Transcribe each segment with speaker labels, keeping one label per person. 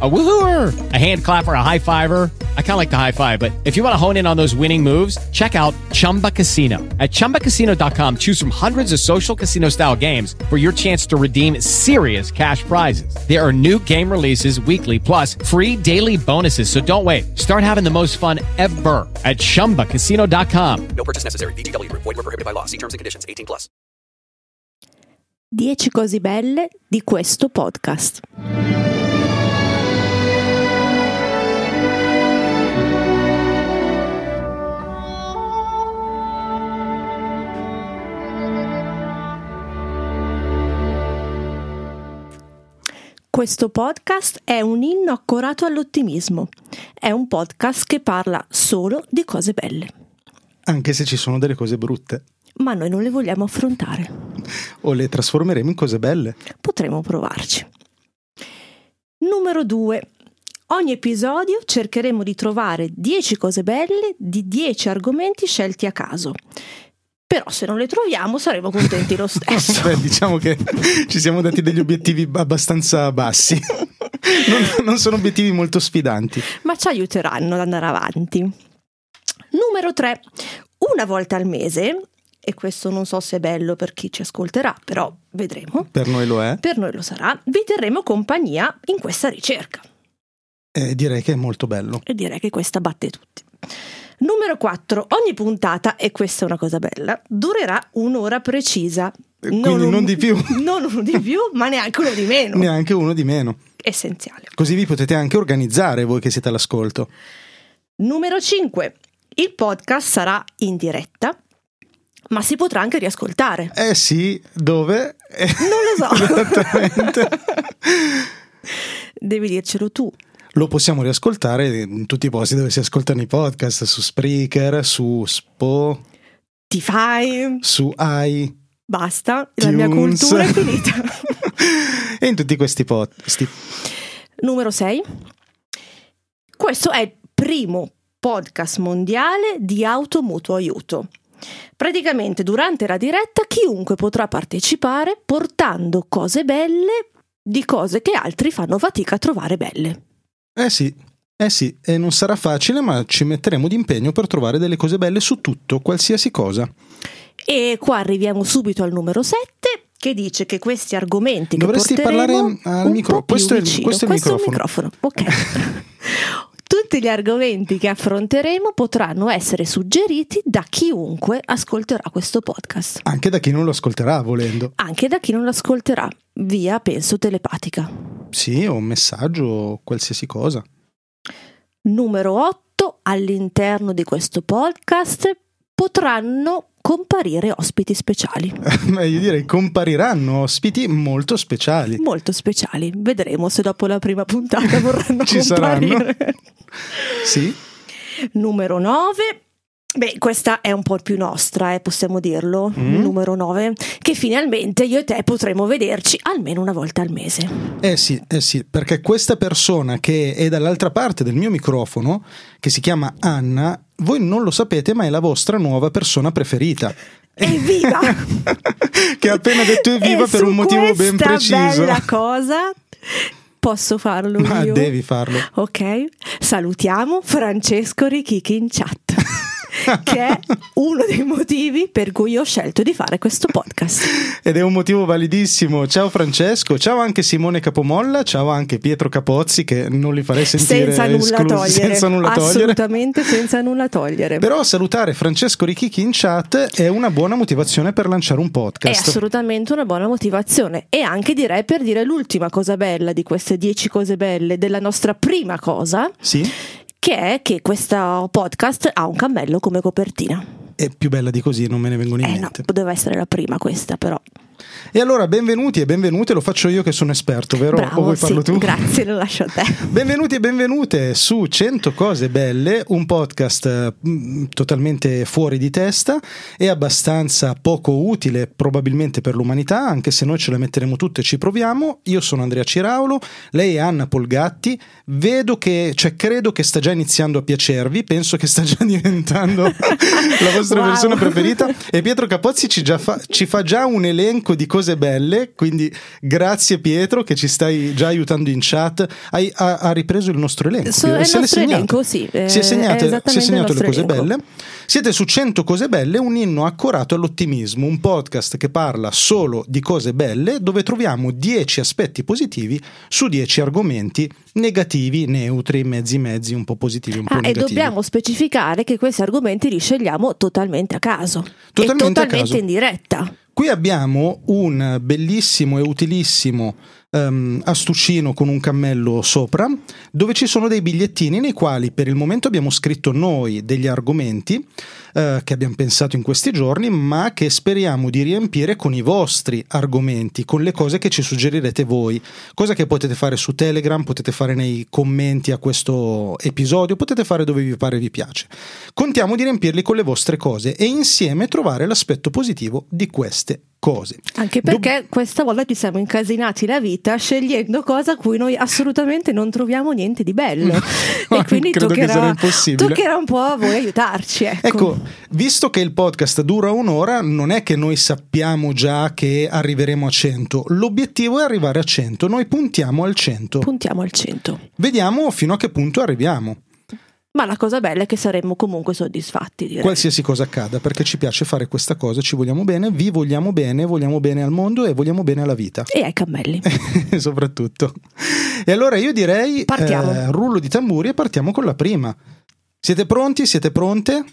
Speaker 1: A woohooer, a hand clapper, a high fiver. I kind of like the high five, but if you want to hone in on those winning moves, check out Chumba Casino. At chumbacasino.com, choose from hundreds of social casino style games for your chance to redeem serious cash prizes. There are new game releases weekly, plus free daily bonuses. So don't wait. Start having the most fun ever at chumbacasino.com.
Speaker 2: No purchase necessary. VGW Group. Void were prohibited by law. See terms and conditions. 18 plus.
Speaker 3: 10 cose belle di questo podcast. Questo podcast è un inno accorato all'ottimismo. È un podcast che parla solo di cose belle,
Speaker 4: Anche se ci sono delle cose brutte.
Speaker 3: ma noi non le vogliamo affrontare.
Speaker 4: O le trasformeremo in cose belle.
Speaker 3: Potremmo provarci. Numero 2. Ogni episodio cercheremo di trovare 10 cose belle di 10 argomenti scelti a caso. Però se non le troviamo saremo contenti lo stesso.
Speaker 4: Beh, diciamo che ci siamo dati degli obiettivi abbastanza bassi. Non, non sono obiettivi molto sfidanti.
Speaker 3: ma ci aiuteranno ad andare avanti. Numero 3. Una volta al mese, e questo non so se è bello per chi ci ascolterà, però vedremo,
Speaker 4: Per noi lo è.
Speaker 3: per noi lo sarà, vi terremo compagnia in questa ricerca.
Speaker 4: E direi che è molto bello.
Speaker 3: E direi che questa batte tutti. Numero 4. Ogni puntata, e questa è una cosa bella, durerà un'ora precisa.
Speaker 4: quindi non di più.
Speaker 3: Non uno di più, ma neanche uno di meno.
Speaker 4: Neanche uno di meno.
Speaker 3: Essenziale.
Speaker 4: Così vi potete anche organizzare voi che siete all'ascolto.
Speaker 3: Numero 5. Il podcast sarà in diretta, ma si potrà anche riascoltare.
Speaker 4: Eh sì, dove? Eh,
Speaker 3: Non lo so.
Speaker 4: Esattamente.
Speaker 3: Devi dircelo tu.
Speaker 4: Lo possiamo riascoltare in tutti i posti dove si ascoltano i podcast, su Spreaker, su Spo,
Speaker 3: Ti fai,
Speaker 4: su i.
Speaker 3: basta, la mia
Speaker 4: Tunes.
Speaker 3: cultura è finita.
Speaker 4: e in tutti questi posti.
Speaker 3: Numero 6. Questo è il primo podcast mondiale di automutuo aiuto. Praticamente durante la diretta chiunque potrà partecipare portando cose belle di cose che altri fanno fatica a trovare belle.
Speaker 4: Eh sì, eh sì, e non sarà facile, ma ci metteremo d'impegno per trovare delle cose belle su tutto, qualsiasi cosa.
Speaker 3: E qua arriviamo subito al numero 7 che dice che questi argomenti che
Speaker 4: Dovresti
Speaker 3: porteremo
Speaker 4: parlare al
Speaker 3: un po'
Speaker 4: micro-
Speaker 3: più
Speaker 4: questo è il-
Speaker 3: vicino.
Speaker 4: questo è il
Speaker 3: microfono. Ok. Tutti gli argomenti che affronteremo potranno essere suggeriti da chiunque ascolterà questo podcast,
Speaker 4: Anche da chi non lo ascolterà, volendo.
Speaker 3: anche da chi non l'ascolterà via penso telepatica.
Speaker 4: Sì, o un messaggio, o qualsiasi cosa.
Speaker 3: Numero 8 all'interno di questo podcast potranno comparire ospiti speciali.
Speaker 4: Ma io direi compariranno ospiti molto speciali.
Speaker 3: molto speciali. Vedremo se dopo la prima puntata vorranno
Speaker 4: Ci
Speaker 3: comparire.
Speaker 4: Sì,
Speaker 3: Numero 9. Beh, questa è un po' più nostra, eh, possiamo dirlo.
Speaker 4: Mm.
Speaker 3: Numero 9. Che finalmente io e te potremo vederci almeno una volta al mese.
Speaker 4: eh sì, eh sì, perché questa persona che è dall'altra parte del mio microfono, che si chiama Anna, voi non lo sapete, ma è la vostra nuova persona preferita.
Speaker 3: Evviva!
Speaker 4: che ha appena detto evviva
Speaker 3: E
Speaker 4: per
Speaker 3: su
Speaker 4: un motivo ben
Speaker 3: questa
Speaker 4: preciso.
Speaker 3: bella cosa posso farlo
Speaker 4: Ma
Speaker 3: io.
Speaker 4: devi farlo.
Speaker 3: Ok, salutiamo Francesco Richichi in chat, che è uno dei motivi per cui ho scelto di fare questo podcast.
Speaker 4: Ed è un motivo validissimo. Ciao Francesco, ciao anche Simone Capomolla, ciao anche Pietro Capozzi che non li farei sentire
Speaker 3: senza nulla
Speaker 4: esclusi-
Speaker 3: togliere,
Speaker 4: senza nulla togliere.
Speaker 3: assolutamente senza nulla togliere.
Speaker 4: Però salutare Francesco Richichi in chat è una buona motivazione per lanciare un
Speaker 3: è
Speaker 4: podcast.
Speaker 3: assolutamente una buona motivazione e anche direi per dire l'ultima cosa bella di queste 10 cose belle della nostra prima cosa,
Speaker 4: sì,
Speaker 3: che è che questo podcast ha un cammello come copertina.
Speaker 4: è più bella di così, non me ne vengono in
Speaker 3: Eh no,
Speaker 4: mente.
Speaker 3: poteva essere la prima questa però.
Speaker 4: E allora benvenuti e benvenute, lo faccio io che sono esperto, vero?
Speaker 3: Bravo,
Speaker 4: o vuoi
Speaker 3: sì,
Speaker 4: farlo tu?
Speaker 3: Grazie, lo lascio a te.
Speaker 4: Benvenuti e benvenute su 100 cose belle, un podcast eh, mh, totalmente fuori di testa e abbastanza poco utile probabilmente per l'umanità, anche se noi ce la metteremo tutte e ci proviamo. Io sono Andrea Ciraulo, lei è Anna Polgatti, vedo che, cioè credo che sta già iniziando a piacervi, penso che sta già diventando la vostra
Speaker 3: Wow.
Speaker 4: persona preferita e Pietro Capozzi ci, già fa, ci fa già un elenco di cose belle, quindi grazie Pietro che ci stai già aiutando in chat. Hai, ha, ha ripreso il nostro elenco.
Speaker 3: So-
Speaker 4: Pietro,
Speaker 3: è il
Speaker 4: se l'è
Speaker 3: nostro
Speaker 4: segnato.
Speaker 3: elenco, sì, eh,
Speaker 4: si è, segnate-
Speaker 3: è esattamente
Speaker 4: si è
Speaker 3: il
Speaker 4: segnato le
Speaker 3: nostro
Speaker 4: cose
Speaker 3: elenco.
Speaker 4: belle. Siete su 100 cose belle, un inno accorato all'ottimismo, un podcast che parla solo di cose belle dove troviamo 10 aspetti positivi su 10 argomenti negativi, neutri, mezzi mezzi, un po' positivi, un po'
Speaker 3: Ah, e
Speaker 4: negativi.
Speaker 3: dobbiamo specificare che questi argomenti li scegliamo totalmente a caso.
Speaker 4: Totalmente
Speaker 3: e
Speaker 4: a
Speaker 3: totalmente
Speaker 4: caso.
Speaker 3: in diretta.
Speaker 4: Qui abbiamo un bellissimo e utilissimo ehm, astuccino con un cammello sopra, dove ci sono dei bigliettini nei quali per il momento abbiamo scritto noi degli argomenti eh, che abbiamo pensato in questi giorni, ma che speriamo di riempire con i vostri argomenti, con le cose che ci suggerirete voi. Cosa che potete fare su Telegram, potete fare nei commenti a questo episodio, potete fare dove vi pare e vi piace. Contiamo di riempirli con le vostre cose e insieme trovare l'aspetto positivo di queste cose.
Speaker 3: Anche
Speaker 4: Dob-
Speaker 3: perché questa volta ci siamo incasinati la vita scegliendo cosa a cui noi assolutamente non troviamo niente di bello. e quindi
Speaker 4: credo che sarà
Speaker 3: toccherà,
Speaker 4: impossibile.
Speaker 3: toccherà un po' a voi aiutarci. Ecco.
Speaker 4: Ecco, visto che il podcast dura un'ora, non è che noi sappiamo già che arriveremo a 100. L'obiettivo è arrivare a 100, noi puntiamo al 100.
Speaker 3: Puntiamo al 100.
Speaker 4: Vediamo fino a che punto arriviamo.
Speaker 3: Ma la cosa bella è che saremmo comunque soddisfatti. Direi.
Speaker 4: Qualsiasi cosa accada, perché ci piace fare questa cosa, ci vogliamo bene, vi vogliamo bene, vogliamo bene al mondo e vogliamo bene alla vita.
Speaker 3: E ai cammelli.
Speaker 4: soprattutto. E allora io direi
Speaker 3: Partiamo.
Speaker 4: eh, rullo di tamburi e partiamo con la prima. Siete pronti? Siete pronte?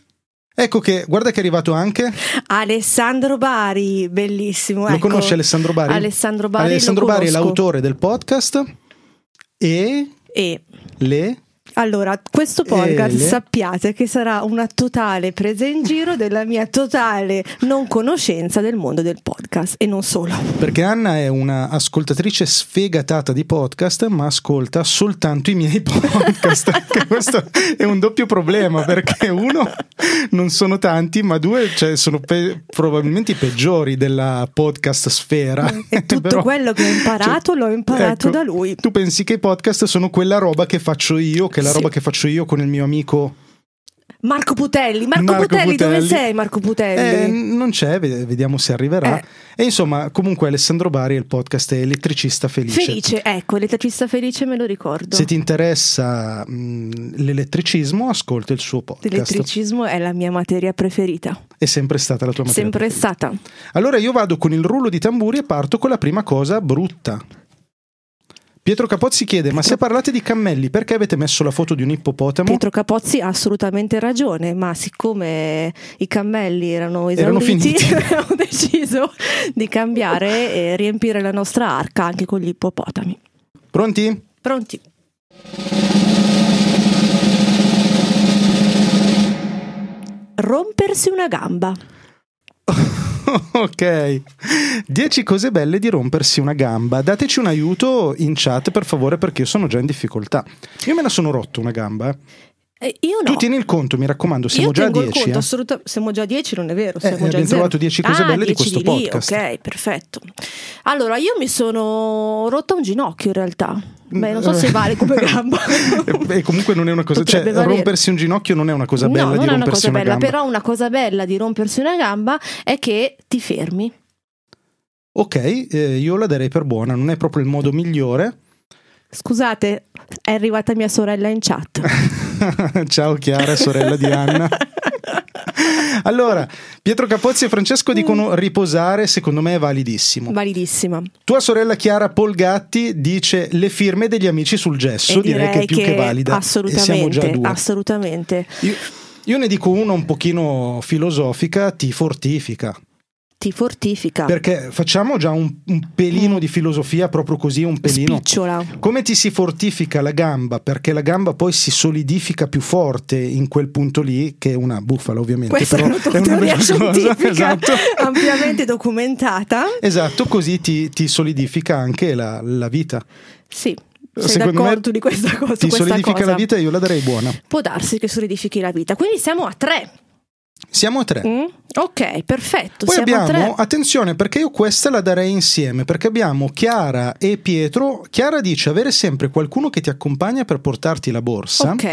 Speaker 4: Ecco che, guarda che è arrivato anche.
Speaker 3: Alessandro Bari, bellissimo.
Speaker 4: Lo
Speaker 3: ecco.
Speaker 4: conosce Alessandro Bari?
Speaker 3: Alessandro Bari,
Speaker 4: Alessandro
Speaker 3: lo
Speaker 4: Bari è
Speaker 3: conosco.
Speaker 4: l'autore del podcast e
Speaker 3: E
Speaker 4: le
Speaker 3: allora, questo podcast
Speaker 4: Ele.
Speaker 3: sappiate che sarà una totale presa in giro della mia totale non conoscenza del mondo del podcast e non solo.
Speaker 4: perché Anna è una ascoltatrice sfegatata di podcast, ma ascolta soltanto i miei podcast. Anche questo è un doppio problema perché uno non sono tanti, ma due cioè, sono pe- probabilmente i peggiori della podcast sfera. cioè, ecco,
Speaker 3: E tutto quello che ho imparato l'ho imparato da lui.
Speaker 4: Tu pensi che i podcast sono quella roba che faccio io, che è la
Speaker 3: Sì.
Speaker 4: roba che faccio io con il mio amico
Speaker 3: Marco Putelli, Marco,
Speaker 4: Marco
Speaker 3: Putelli, dove
Speaker 4: Putelli.
Speaker 3: sei Marco Putelli?
Speaker 4: Eh, non c'è, ved- vediamo se arriverà.
Speaker 3: Eh.
Speaker 4: E insomma, comunque Alessandro Bari, il podcast è Elettricista Felice.
Speaker 3: Felice, ecco, l'elettricista felice me lo ricordo.
Speaker 4: Se ti interessa mh, l'elettricismo, ascolta il suo podcast.
Speaker 3: L'elettricismo è la mia materia preferita,
Speaker 4: È sempre stata la tua materia.
Speaker 3: sempre
Speaker 4: preferita.
Speaker 3: stata.
Speaker 4: Allora io vado con il rullo di tamburi e parto con la prima cosa brutta. Pietro Capozzi chiede, ma se parlate di cammelli, perché avete messo la foto di un ippopotamo?
Speaker 3: Pietro Capozzi ha assolutamente ragione, ma siccome i cammelli erano
Speaker 4: Erano
Speaker 3: esauriti,
Speaker 4: finiti.
Speaker 3: abbiamo deciso di cambiare e riempire la nostra arca anche con gli ippopotami.
Speaker 4: Pronti?
Speaker 3: Pronti? Rompersi una gamba.
Speaker 4: ok. 10 cose belle di rompersi una gamba. Dateci un aiuto in chat, per favore, perché io sono già in difficoltà. Io me la sono rotto una gamba. eh.
Speaker 3: Eh, io no.
Speaker 4: Tu tieni il conto, mi raccomando, siamo
Speaker 3: Io
Speaker 4: già a
Speaker 3: tengo il
Speaker 4: 10.
Speaker 3: conto,
Speaker 4: eh.
Speaker 3: assoluta- siamo già a 10, non è vero? Siamo già a
Speaker 4: abbiamo
Speaker 3: zero.
Speaker 4: trovato 10 cose
Speaker 3: Ah,
Speaker 4: belle di
Speaker 3: 10
Speaker 4: questo
Speaker 3: lì,
Speaker 4: podcast.
Speaker 3: Ok, perfetto. Allora, io mi sono rotta un ginocchio in realtà. Beh, non so se vale come gamba.
Speaker 4: eh. e comunque non è una cosa. Cioè,
Speaker 3: Potrebbe valere.
Speaker 4: rompersi un ginocchio non è una cosa bella
Speaker 3: no,
Speaker 4: di
Speaker 3: non è una
Speaker 4: rompersi
Speaker 3: cosa bella,
Speaker 4: gamba.
Speaker 3: però una cosa bella di rompersi una gamba è che ti fermi.
Speaker 4: Ok, eh, io la darei per buona, non è proprio il modo migliore.
Speaker 3: Scusate, è arrivata mia sorella in chat.
Speaker 4: Ciao Chiara, sorella di Anna. Allora, Pietro Capozzi e Francesco dicono riposare, secondo me è validissimo.
Speaker 3: Validissima.
Speaker 4: Tua sorella Chiara Polgatti dice le firme degli amici sul gesso,
Speaker 3: e direi,
Speaker 4: che è più che, valida. E siamo già a
Speaker 3: Assolutamente,
Speaker 4: due.
Speaker 3: assolutamente.
Speaker 4: Io, io ne dico una un pochino filosofica, ti fortifica.
Speaker 3: Ti ti fortifica.
Speaker 4: Perché facciamo già un, un
Speaker 3: Mm.
Speaker 4: pelino di filosofia, proprio così, un pelino.
Speaker 3: Spicciola.
Speaker 4: Come ti si fortifica la gamba? Perché la gamba poi si solidifica più forte in quel punto lì, che è una bufala ovviamente.
Speaker 3: Questa
Speaker 4: però
Speaker 3: è una
Speaker 4: bella
Speaker 3: teoria
Speaker 4: cosa,
Speaker 3: scientifica
Speaker 4: Esatto.
Speaker 3: ampiamente documentata.
Speaker 4: Esatto, così ti, ti solidifica anche la, la vita.
Speaker 3: Sì, sei
Speaker 4: Secondo me
Speaker 3: d'accordo di questa cosa? su
Speaker 4: Ti
Speaker 3: questa
Speaker 4: solidifica
Speaker 3: cosa.
Speaker 4: la vita e io la darei buona.
Speaker 3: Può darsi che solidifichi la vita. Quindi siamo a tre.
Speaker 4: Siamo a tre.
Speaker 3: Mm? Ok, perfetto.
Speaker 4: Eh. Poi
Speaker 3: siamo
Speaker 4: abbiamo,
Speaker 3: a tre.
Speaker 4: attenzione perché io questa la darei insieme, perché abbiamo Chiara e Pietro. Chiara dice avere sempre qualcuno che ti accompagna per portarti la borsa.
Speaker 3: Ok.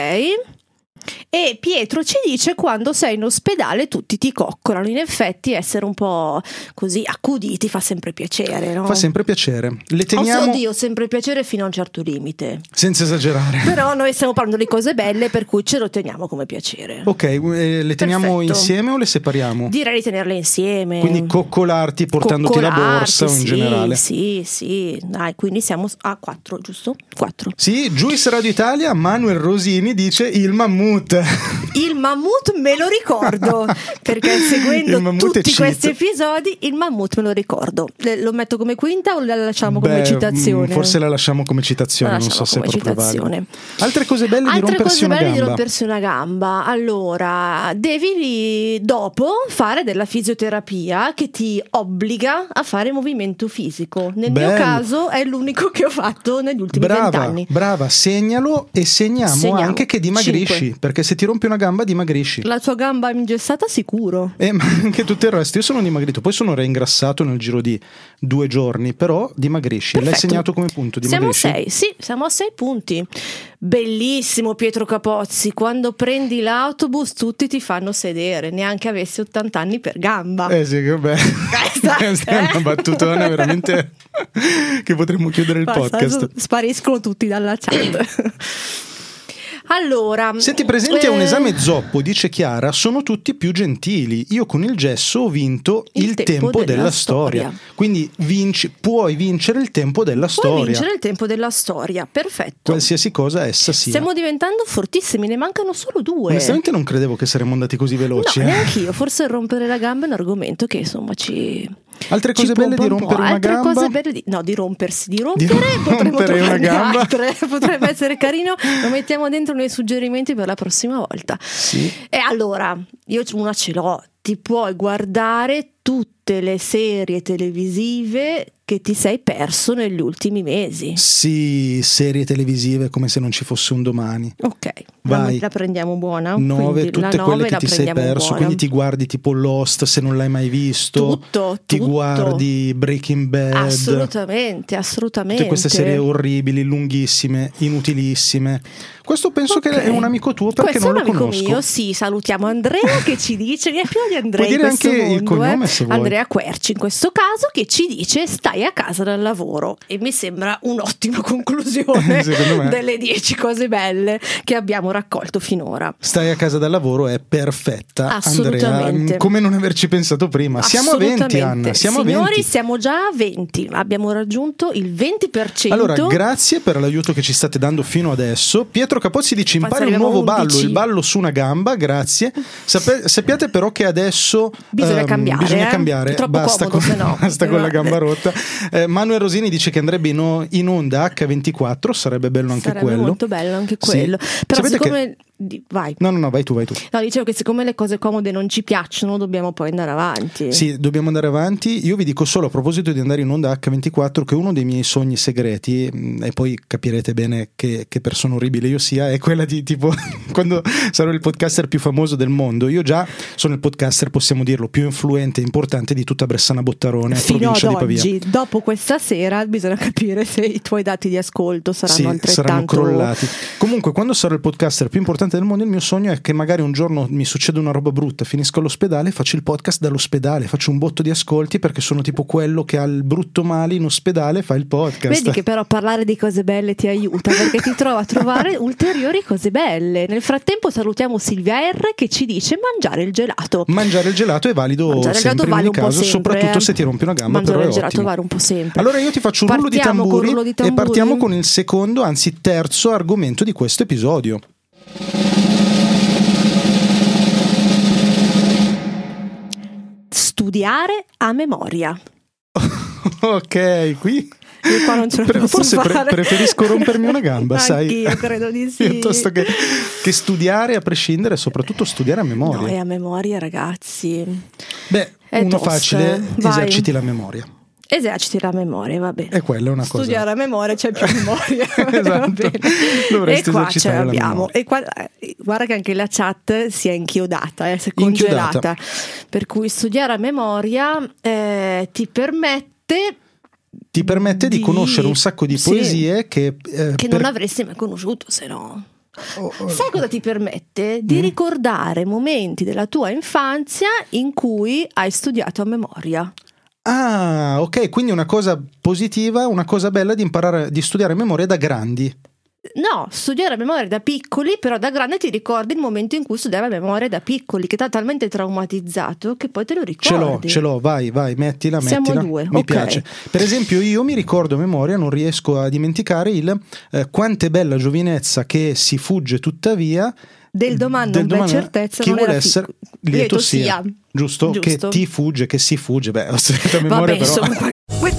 Speaker 3: E Pietro ci dice quando sei in ospedale tutti ti coccolano. In effetti essere un po' così accuditi fa sempre piacere, no?
Speaker 4: Fa sempre piacere. Le
Speaker 3: Oh,
Speaker 4: teniamo
Speaker 3: Oddio, sempre piacere fino a un certo limite.
Speaker 4: senza esagerare.
Speaker 3: Però noi stiamo parlando di cose belle, per cui ce lo teniamo come piacere.
Speaker 4: Ok, eh, le teniamo
Speaker 3: Perfetto.
Speaker 4: insieme o le separiamo?
Speaker 3: Direi di tenerle insieme.
Speaker 4: Quindi coccolarti portandoti la
Speaker 3: Coccolarti,
Speaker 4: borsa o in
Speaker 3: sì,
Speaker 4: generale.
Speaker 3: Sì, sì, dai, quindi siamo a 4, giusto? 4.
Speaker 4: Sì, Juice Radio Italia, Manuel Rosini dice il mammut.
Speaker 3: Il mammut me lo ricordo, perché
Speaker 4: Il
Speaker 3: seguendo
Speaker 4: mammut è
Speaker 3: tutti
Speaker 4: cheat.
Speaker 3: questi episodi il mammut me lo ricordo. Le- Lo metto come quinta o la lasciamo come
Speaker 4: Beh,
Speaker 3: citazione?
Speaker 4: mm, Forse la lasciamo come citazione,
Speaker 3: La
Speaker 4: non so
Speaker 3: lasciamo
Speaker 4: se è
Speaker 3: come
Speaker 4: proprio
Speaker 3: citazione.
Speaker 4: valido. Altre cose belle di
Speaker 3: Altre
Speaker 4: rompersi
Speaker 3: cose
Speaker 4: una
Speaker 3: belle
Speaker 4: gamba.
Speaker 3: di rompersi una gamba. Allora, devi lì dopo fare della fisioterapia che ti obbliga a fare movimento fisico. Nel mio
Speaker 4: Bello.
Speaker 3: caso è l'unico che ho fatto negli ultimi
Speaker 4: Brava,
Speaker 3: vent'anni.
Speaker 4: brava, segnalo e segniamo
Speaker 3: Segniamo.
Speaker 4: anche che dimagrisci,
Speaker 3: Cinque.
Speaker 4: perché se ti rompi una gamba dimagrisci.
Speaker 3: La tua gamba ingessata sicuro.
Speaker 4: E ma anche tutto il resto, io sono dimagrito, poi sono reingrassato nel giro di due giorni, però dimagrisci. Eh, L'hai
Speaker 3: Perfetto.
Speaker 4: segnato come punto,
Speaker 3: Siamo a 6,
Speaker 4: dimagrisci.
Speaker 3: sì, siamo a 6 punti. Bellissimo Pietro Capozzi, quando prendi l'autobus tutti ti fanno sedere, neanche avessi 80 anni per gamba.
Speaker 4: Eh sì, che bello.
Speaker 3: Questa-
Speaker 4: Questa è una battutona veramente che potremmo chiudere il
Speaker 3: Basta,
Speaker 4: podcast.
Speaker 3: adesso Spariscono tutti dalla chat. allora,
Speaker 4: Se ti presenti a un
Speaker 3: eh,
Speaker 4: esame zoppo, dice Chiara, sono tutti più gentili. Io con il gesso ho vinto il, tempo, della, storia. Quindi vinci- puoi vincere il tempo della
Speaker 3: Puoi
Speaker 4: storia,
Speaker 3: vincere il tempo della storia, perfetto.
Speaker 4: qualsiasi cosa essa sia.
Speaker 3: Stiamo diventando fortissimi, ne mancano solo due.
Speaker 4: Onestamente non credevo che saremmo andati così
Speaker 3: No,
Speaker 4: veloci. eh.
Speaker 3: neanche io. Forse rompere la gamba è un argomento che insomma ci.
Speaker 4: Altre
Speaker 3: ci
Speaker 4: cose belle
Speaker 3: pompa
Speaker 4: di
Speaker 3: un po'.
Speaker 4: rompere una
Speaker 3: Altre
Speaker 4: gamba?
Speaker 3: cose belle di. No, di rompersi. Di
Speaker 4: Di
Speaker 3: rompere potremmo
Speaker 4: rompere una
Speaker 3: trovarne
Speaker 4: gamba.
Speaker 3: altre. Potrebbe essere carino. Lo mettiamo dentro nei suggerimenti per la prossima volta. E allora, io una ce l'ho. Ti puoi guardare tutte le serie televisive che ti sei perso negli ultimi mesi.
Speaker 4: Sì, serie televisive come se non ci fosse un domani.
Speaker 3: Ok,
Speaker 4: Vai.
Speaker 3: La, la prendiamo buona.
Speaker 4: 9,
Speaker 3: Quindi la
Speaker 4: tutte
Speaker 3: nove
Speaker 4: quelle che
Speaker 3: la
Speaker 4: ti sei
Speaker 3: prendiamo
Speaker 4: perso,
Speaker 3: buona.
Speaker 4: quindi ti guardi tipo Lost se non l'hai mai visto,
Speaker 3: Tutto,
Speaker 4: ti
Speaker 3: tutto.
Speaker 4: guardi Breaking Bad,
Speaker 3: Assolutamente, assolutamente.
Speaker 4: tutte queste serie orribili, lunghissime, inutilissime. Questo penso
Speaker 3: Ok.
Speaker 4: che è un amico tuo perché
Speaker 3: Questo
Speaker 4: non
Speaker 3: è
Speaker 4: lo
Speaker 3: un amico
Speaker 4: conosco.
Speaker 3: mio, sì, salutiamo Andrea che ci dice, ne è pieno di Andrea
Speaker 4: Puoi dire
Speaker 3: in questo
Speaker 4: anche il
Speaker 3: mondo,
Speaker 4: cognome,
Speaker 3: eh.
Speaker 4: se vuoi.
Speaker 3: Andrea Querci in questo caso che ci dice stai a casa dal lavoro e mi sembra un'ottima conclusione
Speaker 4: Secondo me.
Speaker 3: delle 10 cose belle che abbiamo raccolto finora.
Speaker 4: Stai a casa dal lavoro è perfetta, Andrea.
Speaker 3: Assolutamente.
Speaker 4: Mm, Come non averci pensato prima. Siamo a 20,
Speaker 3: Assolutamente.
Speaker 4: Anna. Siamo a
Speaker 3: Signori,
Speaker 4: 20.
Speaker 3: siamo già a 20, abbiamo raggiunto il 20%.
Speaker 4: Allora, grazie per l'aiuto che ci state dando fino adesso. Pietro Capozzi dice:
Speaker 3: Quanti
Speaker 4: impara un
Speaker 3: arriviamo?
Speaker 4: nuovo ballo,
Speaker 3: 11.
Speaker 4: il ballo su una gamba. Grazie. Sape- sappiate però che adesso ehm,
Speaker 3: Bisogna cambiare,
Speaker 4: bisogna
Speaker 3: eh.
Speaker 4: cambiare.
Speaker 3: È troppo
Speaker 4: basta
Speaker 3: comodo,
Speaker 4: con,
Speaker 3: se no. Esatto.
Speaker 4: basta con la
Speaker 3: Guarda.
Speaker 4: gamba rotta. Eh, Manuel Rosini dice che andrebbe in, o- in onda H24. Sarebbe bello anche
Speaker 3: Sarebbe
Speaker 4: quello.
Speaker 3: molto bello anche
Speaker 4: Sì.
Speaker 3: quello. Però
Speaker 4: Sapete che-
Speaker 3: siccome di- vai.
Speaker 4: No, no, no, vai tu, vai tu.
Speaker 3: No, dicevo che siccome le cose comode non ci piacciono, dobbiamo poi andare avanti.
Speaker 4: Sì, dobbiamo andare avanti. Io vi dico solo a proposito di andare in onda H24 che uno dei miei sogni segreti, mh, e poi capirete bene che, che persona orribile io sia, è quella di tipo quando sarò il podcaster più famoso del mondo. Io già sono il podcaster, possiamo dirlo, più influente e importante di tutta Bressana Bottarone,
Speaker 3: Fino ad
Speaker 4: provincia di Pavia.
Speaker 3: oggi, dopo questa sera, bisogna capire se i tuoi dati di ascolto saranno
Speaker 4: Sì, saranno
Speaker 3: altrettanto
Speaker 4: crollati. Comunque, quando sarò il podcaster più importante del mondo, il mio sogno è che magari un giorno mi succeda una roba brutta, finisco all'ospedale, faccio il podcast dall'ospedale, faccio un botto di ascolti perché sono tipo quello che ha il brutto male in ospedale fa il podcast.
Speaker 3: Vedi che però parlare di cose belle ti aiuta perché ti trova a trovare ulteriori cose belle. Nel frattempo salutiamo Silvia R che ci dice mangiare il gelato.
Speaker 4: Mangiare il gelato è valido
Speaker 3: Mangiare il gelato
Speaker 4: sempre in
Speaker 3: vale
Speaker 4: ogni
Speaker 3: un po'
Speaker 4: caso,
Speaker 3: sempre.
Speaker 4: soprattutto
Speaker 3: eh.
Speaker 4: se ti rompi una gamba,
Speaker 3: Mangiare
Speaker 4: però è
Speaker 3: il gelato
Speaker 4: ottimo.
Speaker 3: vale un po' sempre.
Speaker 4: Allora io ti faccio un rullo di,
Speaker 3: Partiamo col
Speaker 4: tamburi,
Speaker 3: rullo di
Speaker 4: e
Speaker 3: tamburi.
Speaker 4: partiamo con il secondo, anzi terzo argomento di questo episodio.
Speaker 3: studiare a memoria.
Speaker 4: ok, qui.
Speaker 3: Io qua non ce la
Speaker 4: Pre-
Speaker 3: posso
Speaker 4: forse pre-
Speaker 3: fare.
Speaker 4: preferisco rompermi una gamba, sai?
Speaker 3: Anch'io credo di sì.
Speaker 4: Piuttosto che, che studiare a prescindere, soprattutto studiare a memoria.
Speaker 3: No, è a memoria, ragazzi.
Speaker 4: Beh,
Speaker 3: è
Speaker 4: uno
Speaker 3: tosta,
Speaker 4: facile,
Speaker 3: Eh, vai.
Speaker 4: eserciti la memoria.
Speaker 3: Eserciti la memoria, va bene.
Speaker 4: E quella è una cosa.
Speaker 3: Studiare a memoria c'è più memoria. Va
Speaker 4: Esatto.
Speaker 3: bene.
Speaker 4: Dovresti
Speaker 3: e qua ce
Speaker 4: esercitare la
Speaker 3: l'abbiamo.
Speaker 4: memoria.
Speaker 3: E qua- eh, guarda che anche la chat si è inchiodata, eh, si è
Speaker 4: Inchiodata.
Speaker 3: congelata. Per cui studiare a memoria eh, ti permette
Speaker 4: Ti permette di
Speaker 3: Di-
Speaker 4: conoscere un sacco di
Speaker 3: sì.
Speaker 4: poesie che, eh,
Speaker 3: che
Speaker 4: per-
Speaker 3: non avresti mai conosciuto, se no.
Speaker 4: Oh, oh.
Speaker 3: Sai cosa ti permette? Di
Speaker 4: Mm.
Speaker 3: ricordare momenti della tua infanzia in cui hai studiato a memoria.
Speaker 4: Ah, ok, quindi una cosa positiva, una cosa bella di imparare di studiare a memoria da grandi.
Speaker 3: No, studiare a memoria da piccoli, però da grande ti ricordi il momento in cui studiava a memoria da piccoli, che ti ha talmente traumatizzato che poi te lo ricordi.
Speaker 4: Ce l'ho, ce l'ho, vai, vai, mettila,
Speaker 3: Siamo
Speaker 4: mettila.
Speaker 3: a due,
Speaker 4: Mi
Speaker 3: ok.
Speaker 4: piace. Per esempio, io mi ricordo a memoria, non riesco a dimenticare il eh, quant'è bella giovinezza che si fugge tuttavia
Speaker 3: Del domani
Speaker 4: Del
Speaker 3: non c'è
Speaker 4: domani-
Speaker 3: certezza,
Speaker 4: chi
Speaker 3: non
Speaker 4: vuole
Speaker 3: era
Speaker 4: essere
Speaker 3: fic-
Speaker 4: lieto sia. Giusto?
Speaker 3: Giusto.
Speaker 4: Che ti fugge, che si fugge. Beh, ho scritto a memoria
Speaker 3: Vabbè,
Speaker 4: però.
Speaker 3: insomma,
Speaker 5: With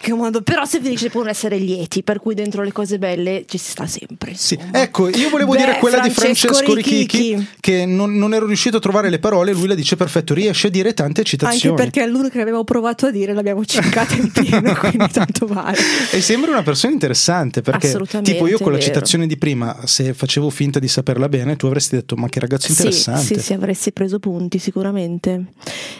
Speaker 3: che modo- però si finisce per non essere lieti, per cui dentro le cose belle ci si sta sempre.
Speaker 4: Sì,
Speaker 3: insomma.
Speaker 4: ecco, io volevo
Speaker 3: Beh,
Speaker 4: dire quella
Speaker 3: Francesco
Speaker 4: di Francesco
Speaker 3: Richichi.
Speaker 4: Richichi, che non, non ero riuscito a trovare le parole, lui la dice perfetto, riesce a dire tante
Speaker 3: Anche
Speaker 4: citazioni.
Speaker 3: perché è l'unica che avevo provato a dire, l'abbiamo cercata in pieno, quindi tanto vale.
Speaker 4: E sembra una persona interessante perché,
Speaker 3: Assolutamente,
Speaker 4: tipo, io con la
Speaker 3: vero.
Speaker 4: citazione di prima, se facevo finta di saperla bene, tu avresti detto: Ma che ragazzo
Speaker 3: Sì,
Speaker 4: interessante!
Speaker 3: sì, sì, avresti preso punti sicuramente.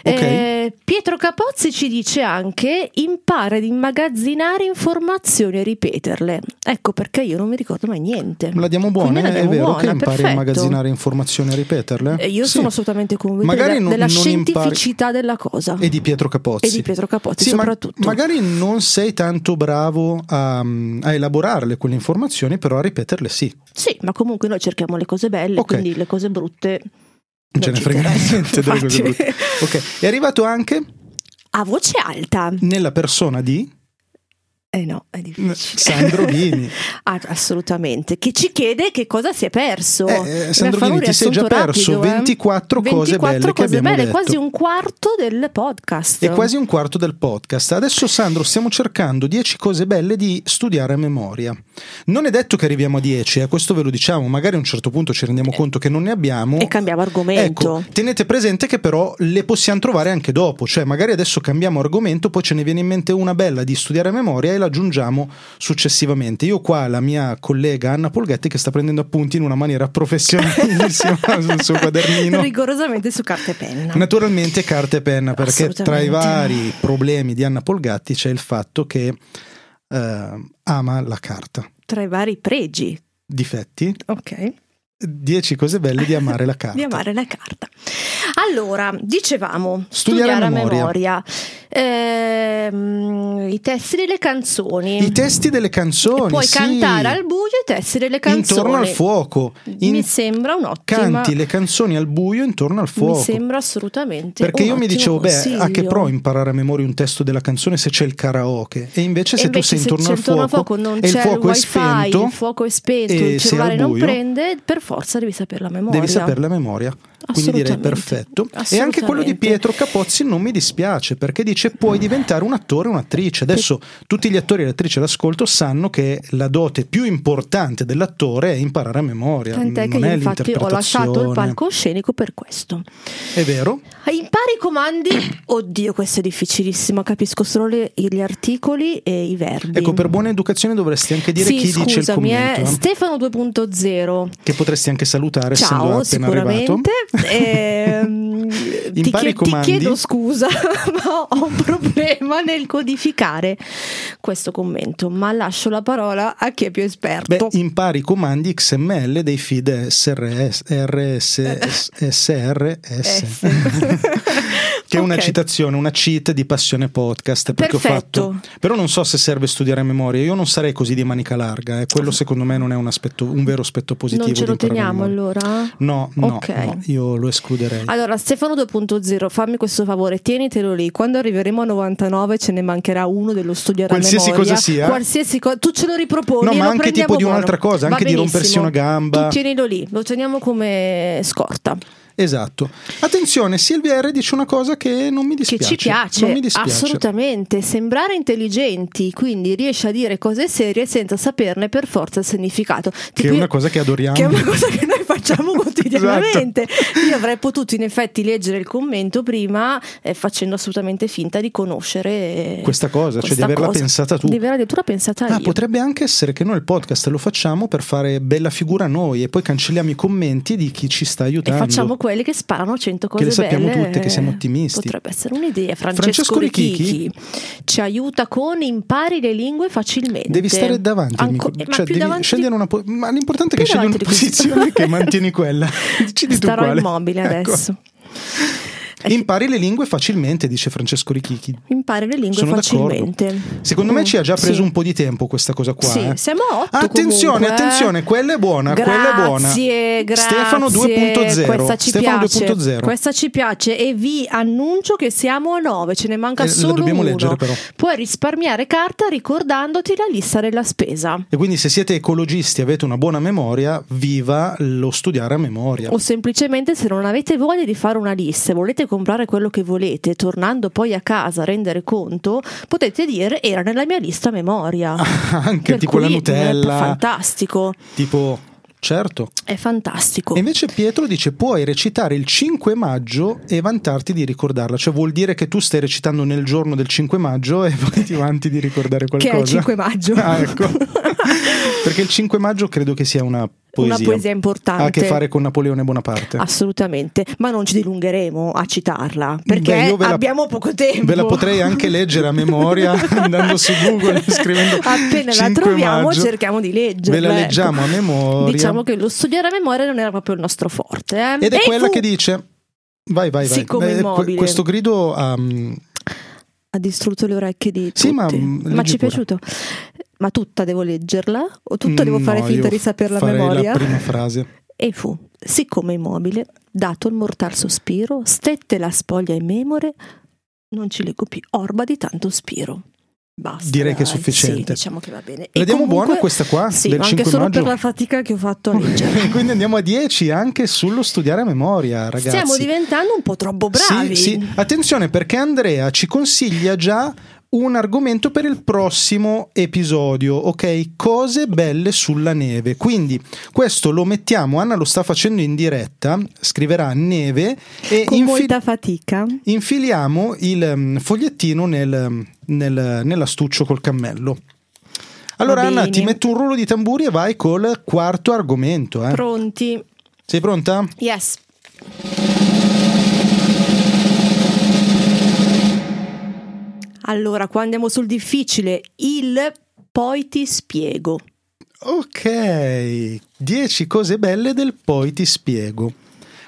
Speaker 4: Ok.
Speaker 3: Eh, Pietro Capozzi ci dice anche impara ad immagazzinare informazioni e ripeterle. Ecco perché io non mi ricordo mai niente.
Speaker 4: La diamo
Speaker 3: Quindi
Speaker 4: buona,
Speaker 3: la
Speaker 4: eh? è
Speaker 3: diamo
Speaker 4: vero
Speaker 3: buona,
Speaker 4: che impari a
Speaker 3: perfetto.
Speaker 4: immagazzinare informazioni e a ripeterle?
Speaker 3: Eh, Io
Speaker 4: Sì.
Speaker 3: sono assolutamente convinta
Speaker 4: Magari
Speaker 3: della,
Speaker 4: non-
Speaker 3: della
Speaker 4: non impari-
Speaker 3: scientificità della cosa.
Speaker 4: E di Pietro Capozzi.
Speaker 3: E di Pietro Capozzi,
Speaker 4: Sì, ma-
Speaker 3: soprattutto.
Speaker 4: magari non sei tanto bravo a, a elaborarle quelle informazioni, però a ripeterle sì.
Speaker 3: Sì, ma comunque noi cerchiamo le cose belle,
Speaker 4: Ok.
Speaker 3: quindi le cose brutte.
Speaker 4: Non
Speaker 3: Non
Speaker 4: ce ne
Speaker 3: ci
Speaker 4: frega
Speaker 3: interessa,
Speaker 4: niente delle cose
Speaker 3: infatti.
Speaker 4: brutte. Ok, è arrivato anche
Speaker 3: A voce alta.
Speaker 4: nella persona di
Speaker 3: Eh no, è difficile.
Speaker 4: Sandro Ghini.
Speaker 3: Ah, assolutamente. Che ci chiede che cosa si è perso.
Speaker 4: Eh, eh, Sandro
Speaker 3: Per favore,
Speaker 4: Ghini, ti sei già
Speaker 3: riassunto
Speaker 4: perso
Speaker 3: rapido, eh.
Speaker 4: 24 cose
Speaker 3: 24
Speaker 4: belle che
Speaker 3: cose
Speaker 4: abbiamo
Speaker 3: belle,
Speaker 4: detto.
Speaker 3: quasi un quarto del podcast.
Speaker 4: È quasi un quarto del podcast. Adesso, Sandro, stiamo cercando 10 cose belle di studiare a memoria. Non è detto che arriviamo a 10, eh, questo ve lo diciamo. Magari a un certo punto ci rendiamo conto che non ne abbiamo.
Speaker 3: Eh. E cambiamo argomento.
Speaker 4: Ecco, tenete presente che però le possiamo trovare anche dopo, cioè magari adesso cambiamo argomento, poi ce ne viene in mente una bella di studiare a memoria e la aggiungiamo successivamente. Io qua la mia collega Anna Polghetti che sta prendendo appunti in una maniera professionalissima sul suo quadernino.
Speaker 3: Rigorosamente su carta e penna.
Speaker 4: Naturalmente carta e penna, perché tra i
Speaker 3: Ah. Assolutamente.
Speaker 4: vari problemi di Anna Polgatti c'è il fatto che eh, ama la carta.
Speaker 3: Tra i vari pregi.
Speaker 4: Difetti,
Speaker 3: Ok.
Speaker 4: 10 cose belle di amare la carta.
Speaker 3: Di amare la carta. Allora, dicevamo, studiare,
Speaker 4: Studiare a
Speaker 3: a
Speaker 4: memoria.
Speaker 3: memoria, Ehm, i testi delle canzoni.
Speaker 4: I testi delle canzoni.
Speaker 3: Puoi
Speaker 4: sì.
Speaker 3: cantare al buio i testi delle canzoni.
Speaker 4: Intorno al fuoco.
Speaker 3: Mi sembra un'ottima-
Speaker 4: Canti le canzoni al buio intorno al fuoco.
Speaker 3: Mi sembra assolutamente.
Speaker 4: Perché
Speaker 3: un
Speaker 4: io mi
Speaker 3: ottimo
Speaker 4: dicevo, beh,
Speaker 3: consiglio.
Speaker 4: a che pro imparare a memoria un testo della canzone se c'è il karaoke? E invece se
Speaker 3: invece
Speaker 4: tu sei intorno,
Speaker 3: se
Speaker 4: al,
Speaker 3: c'è intorno
Speaker 4: fuoco,
Speaker 3: non
Speaker 4: e
Speaker 3: c'è
Speaker 4: il fuoco
Speaker 3: il
Speaker 4: è
Speaker 3: wifi,
Speaker 4: spento,
Speaker 3: il fuoco è spento,
Speaker 4: e
Speaker 3: il
Speaker 4: sei al
Speaker 3: cellulare non
Speaker 4: buio,
Speaker 3: prende, per forza devi saperla a memoria.
Speaker 4: Devi sapere la memoria. Quindi direi
Speaker 3: Assolutamente.
Speaker 4: perfetto. E anche
Speaker 3: Assolutamente.
Speaker 4: quello di Pietro Capozzi non mi dispiace perché dice puoi diventare un attore o un'attrice. Adesso tutti gli attori e le attrici all'ascolto sanno che la dote più importante dell'attore è imparare a memoria.
Speaker 3: Tant'è
Speaker 4: non
Speaker 3: che io
Speaker 4: è
Speaker 3: infatti ho lasciato il
Speaker 4: l'interpretazione.
Speaker 3: palcoscenico per questo.
Speaker 4: È vero?
Speaker 3: Eh, Impari i comandi. Oddio, questo è difficilissimo. Capisco solo le- gli articoli e i verbi.
Speaker 4: Ecco, per buona educazione dovresti anche dire
Speaker 3: sì,
Speaker 4: chi
Speaker 3: scusami,
Speaker 4: dice il commento.
Speaker 3: eh,
Speaker 4: eh?
Speaker 3: Stefano 2.0.
Speaker 4: Che potresti anche salutare essendo
Speaker 3: Ciao,
Speaker 4: appena arrivato.
Speaker 3: sicuramente. Ehm, ti,
Speaker 4: Impari i
Speaker 3: chie- ti
Speaker 4: comandi.
Speaker 3: chiedo scusa, ma ho un problema nel codificare questo commento. Ma lascio la parola a chi è più esperto.
Speaker 4: Beh, impari i comandi XML dei feed SRS, RS,
Speaker 3: Eh.
Speaker 4: SRS. Che è una
Speaker 3: Ok.
Speaker 4: citazione, una cheat di Passione Podcast. Perché ho
Speaker 3: Perfetto.
Speaker 4: fatto. Però non so se serve studiare a memoria. Io non sarei così di manica larga. eh. Quello secondo me non è un, aspetto- un vero aspetto positivo.
Speaker 3: Non ce
Speaker 4: di
Speaker 3: lo
Speaker 4: imparare a
Speaker 3: teniamo
Speaker 4: memoria.
Speaker 3: allora?
Speaker 4: No, no,
Speaker 3: Ok. Ah.
Speaker 4: no, io lo escluderei.
Speaker 3: Allora, Stefano 2.0, fammi questo favore, tienitelo lì. Quando arriveremo a 99 ce ne mancherà uno dello studiare
Speaker 4: Qualsiasi
Speaker 3: a memoria.
Speaker 4: cosa sia.
Speaker 3: Qualsiasi cosa, tu ce lo riproponi.
Speaker 4: No,
Speaker 3: e
Speaker 4: ma
Speaker 3: lo
Speaker 4: anche
Speaker 3: prendiamo
Speaker 4: tipo di
Speaker 3: buono.
Speaker 4: un'altra cosa,
Speaker 3: Va
Speaker 4: anche di
Speaker 3: benissimo.
Speaker 4: rompersi una gamba.
Speaker 3: Tu tienilo lì, lo teniamo come scorta.
Speaker 4: Esatto. Attenzione, Silvia R dice una cosa che non mi
Speaker 3: Che
Speaker 4: dispiace.
Speaker 3: ci piace,
Speaker 4: Non mi dispiace.
Speaker 3: assolutamente. Sembrare intelligenti, quindi riesce a dire cose serie senza saperne per forza il significato.
Speaker 4: Che è
Speaker 3: Tipo-
Speaker 4: una cosa che adoriamo. Esatto.
Speaker 3: Che è una cosa che noi facciamo quotidianamente. Io avrei potuto in effetti leggere il commento prima eh, facendo assolutamente finta di conoscere eh,
Speaker 4: Questa cosa, cioè di
Speaker 3: questa
Speaker 4: averla
Speaker 3: cosa.
Speaker 4: pensata tu.
Speaker 3: Di averla addirittura pensata
Speaker 4: Ah,
Speaker 3: io.
Speaker 4: potrebbe anche essere che noi il podcast lo facciamo per fare bella figura noi e poi cancelliamo i commenti di chi ci sta
Speaker 3: E
Speaker 4: aiutando.
Speaker 3: facciamo quelle che sparano 100 cose
Speaker 4: le sappiamo
Speaker 3: belle,
Speaker 4: tutte, che siamo
Speaker 3: eh,
Speaker 4: ottimisti.
Speaker 3: Potrebbe essere un'idea.
Speaker 4: Francesco
Speaker 3: Francesco,
Speaker 4: Richichi?
Speaker 3: Richichi ci aiuta con impari le lingue facilmente.
Speaker 4: Devi stare davanti, al
Speaker 3: Anco-
Speaker 4: micro-
Speaker 3: eh, ma
Speaker 4: cioè
Speaker 3: più
Speaker 4: devi
Speaker 3: davanti
Speaker 4: scegliere una po- ma l'importante è che
Speaker 3: più
Speaker 4: scegli una
Speaker 3: davanti di questo.
Speaker 4: posizione che mantieni quella. Decidi tu
Speaker 3: Starò
Speaker 4: quale.
Speaker 3: immobile
Speaker 4: Ecco.
Speaker 3: adesso.
Speaker 4: Impari le lingue facilmente, dice Francesco Richichi.
Speaker 3: Impari le lingue
Speaker 4: Sono
Speaker 3: facilmente. Mm.
Speaker 4: d'accordo. Secondo me ci ha già preso un po' di tempo questa cosa qua.
Speaker 3: Sì,
Speaker 4: eh.
Speaker 3: siamo a otto
Speaker 4: Attenzione,
Speaker 3: comunque, eh.
Speaker 4: attenzione, quella è buona, quella è buona.
Speaker 3: Grazie, grazie.
Speaker 4: Stefano 2.0.
Speaker 3: Questa ci
Speaker 4: Stefano
Speaker 3: piace.
Speaker 4: 2.0.
Speaker 3: Questa ci piace e vi annuncio che siamo a 9, ce ne manca
Speaker 4: Eh, la
Speaker 3: solo
Speaker 4: dobbiamo
Speaker 3: uno.
Speaker 4: leggere, però.
Speaker 3: Puoi risparmiare carta ricordandoti la lista della spesa.
Speaker 4: E quindi se siete ecologisti e avete una buona memoria, viva lo studiare a memoria.
Speaker 3: O semplicemente se non avete voglia di fare una lista e volete comprare quello che volete, tornando poi a casa a rendere conto, potete dire era nella mia lista a memoria.
Speaker 4: Anche
Speaker 3: Per
Speaker 4: tipo
Speaker 3: cui
Speaker 4: la
Speaker 3: è
Speaker 4: Nutella.
Speaker 3: Fantastico,
Speaker 4: Tipo, certo.
Speaker 3: è fantastico.
Speaker 4: E invece Pietro dice puoi recitare il 5 maggio e vantarti di ricordarla. Cioè vuol dire che tu stai recitando nel giorno del 5 maggio e poi ti vanti di ricordare
Speaker 3: Che
Speaker 4: qualcosa.
Speaker 3: è il 5 maggio.
Speaker 4: Ah, ecco. Perché il 5 maggio credo che sia una poesia.
Speaker 3: Una poesia Ah, importante.
Speaker 4: Ha a che fare con Napoleone Bonaparte.
Speaker 3: Assolutamente, ma non ci dilungheremo a citarla perché
Speaker 4: Beh, io ve la-
Speaker 3: abbiamo poco tempo.
Speaker 4: Ve la potrei anche leggere a memoria andando su Google e scrivendo
Speaker 3: Appena la
Speaker 4: 5
Speaker 3: troviamo,
Speaker 4: maggio.
Speaker 3: cerchiamo di leggerla.
Speaker 4: Ve la
Speaker 3: ecco.
Speaker 4: leggiamo a memoria.
Speaker 3: Diciamo che lo studiare a memoria non era proprio il nostro forte. eh.
Speaker 4: Ed è
Speaker 3: E
Speaker 4: quella
Speaker 3: fu
Speaker 4: che dice. Vai, vai, vai.
Speaker 3: Siccome
Speaker 4: que-
Speaker 3: immobile.
Speaker 4: questo grido ha, mm,
Speaker 3: Ha distrutto le orecchie di
Speaker 4: Sì, ma,
Speaker 3: tutti.
Speaker 4: mm, leggi
Speaker 3: ci è
Speaker 4: pure. Mm,
Speaker 3: piaciuto. Ma tutta devo leggerla? O tutta devo
Speaker 4: no,
Speaker 3: fare finta
Speaker 4: io
Speaker 3: di saperla a
Speaker 4: farei
Speaker 3: memoria?
Speaker 4: la prima frase.
Speaker 3: E fu, siccome immobile, dato il mortal sospiro, stette la spoglia in memore, non ci leggo più, orba di tanto spiro. Basta.
Speaker 4: Direi che è
Speaker 3: dai,
Speaker 4: sufficiente.
Speaker 3: sì, diciamo che va bene.
Speaker 4: La
Speaker 3: E
Speaker 4: diamo
Speaker 3: comunque-
Speaker 4: buona questa qua,
Speaker 3: Sì,
Speaker 4: del
Speaker 3: anche
Speaker 4: 5
Speaker 3: solo
Speaker 4: maggio?
Speaker 3: per la fatica che ho fatto a leggere.
Speaker 4: E quindi andiamo a 10 anche sullo studiare a memoria, ragazzi.
Speaker 3: Stiamo diventando un po' troppo bravi.
Speaker 4: Sì, sì. Attenzione perché Andrea ci consiglia già un argomento per il prossimo episodio, ok? Cose belle sulla neve. Quindi questo lo mettiamo, Anna lo sta facendo in diretta, scriverà neve e
Speaker 3: Con
Speaker 4: infi- Eh.
Speaker 3: molta fatica.
Speaker 4: infiliamo il mm, fogliettino nel, mm, nel- nell'astuccio col cammello. Allora
Speaker 3: Va
Speaker 4: Anna
Speaker 3: bene.
Speaker 4: ti metto un rullo di tamburi e vai col quarto argomento. eh.
Speaker 3: Pronti?
Speaker 4: Sei pronta?
Speaker 3: Yes. Allora, qua andiamo sul difficile, il poi ti spiego.
Speaker 4: Ok, 10 cose belle del poi ti spiego.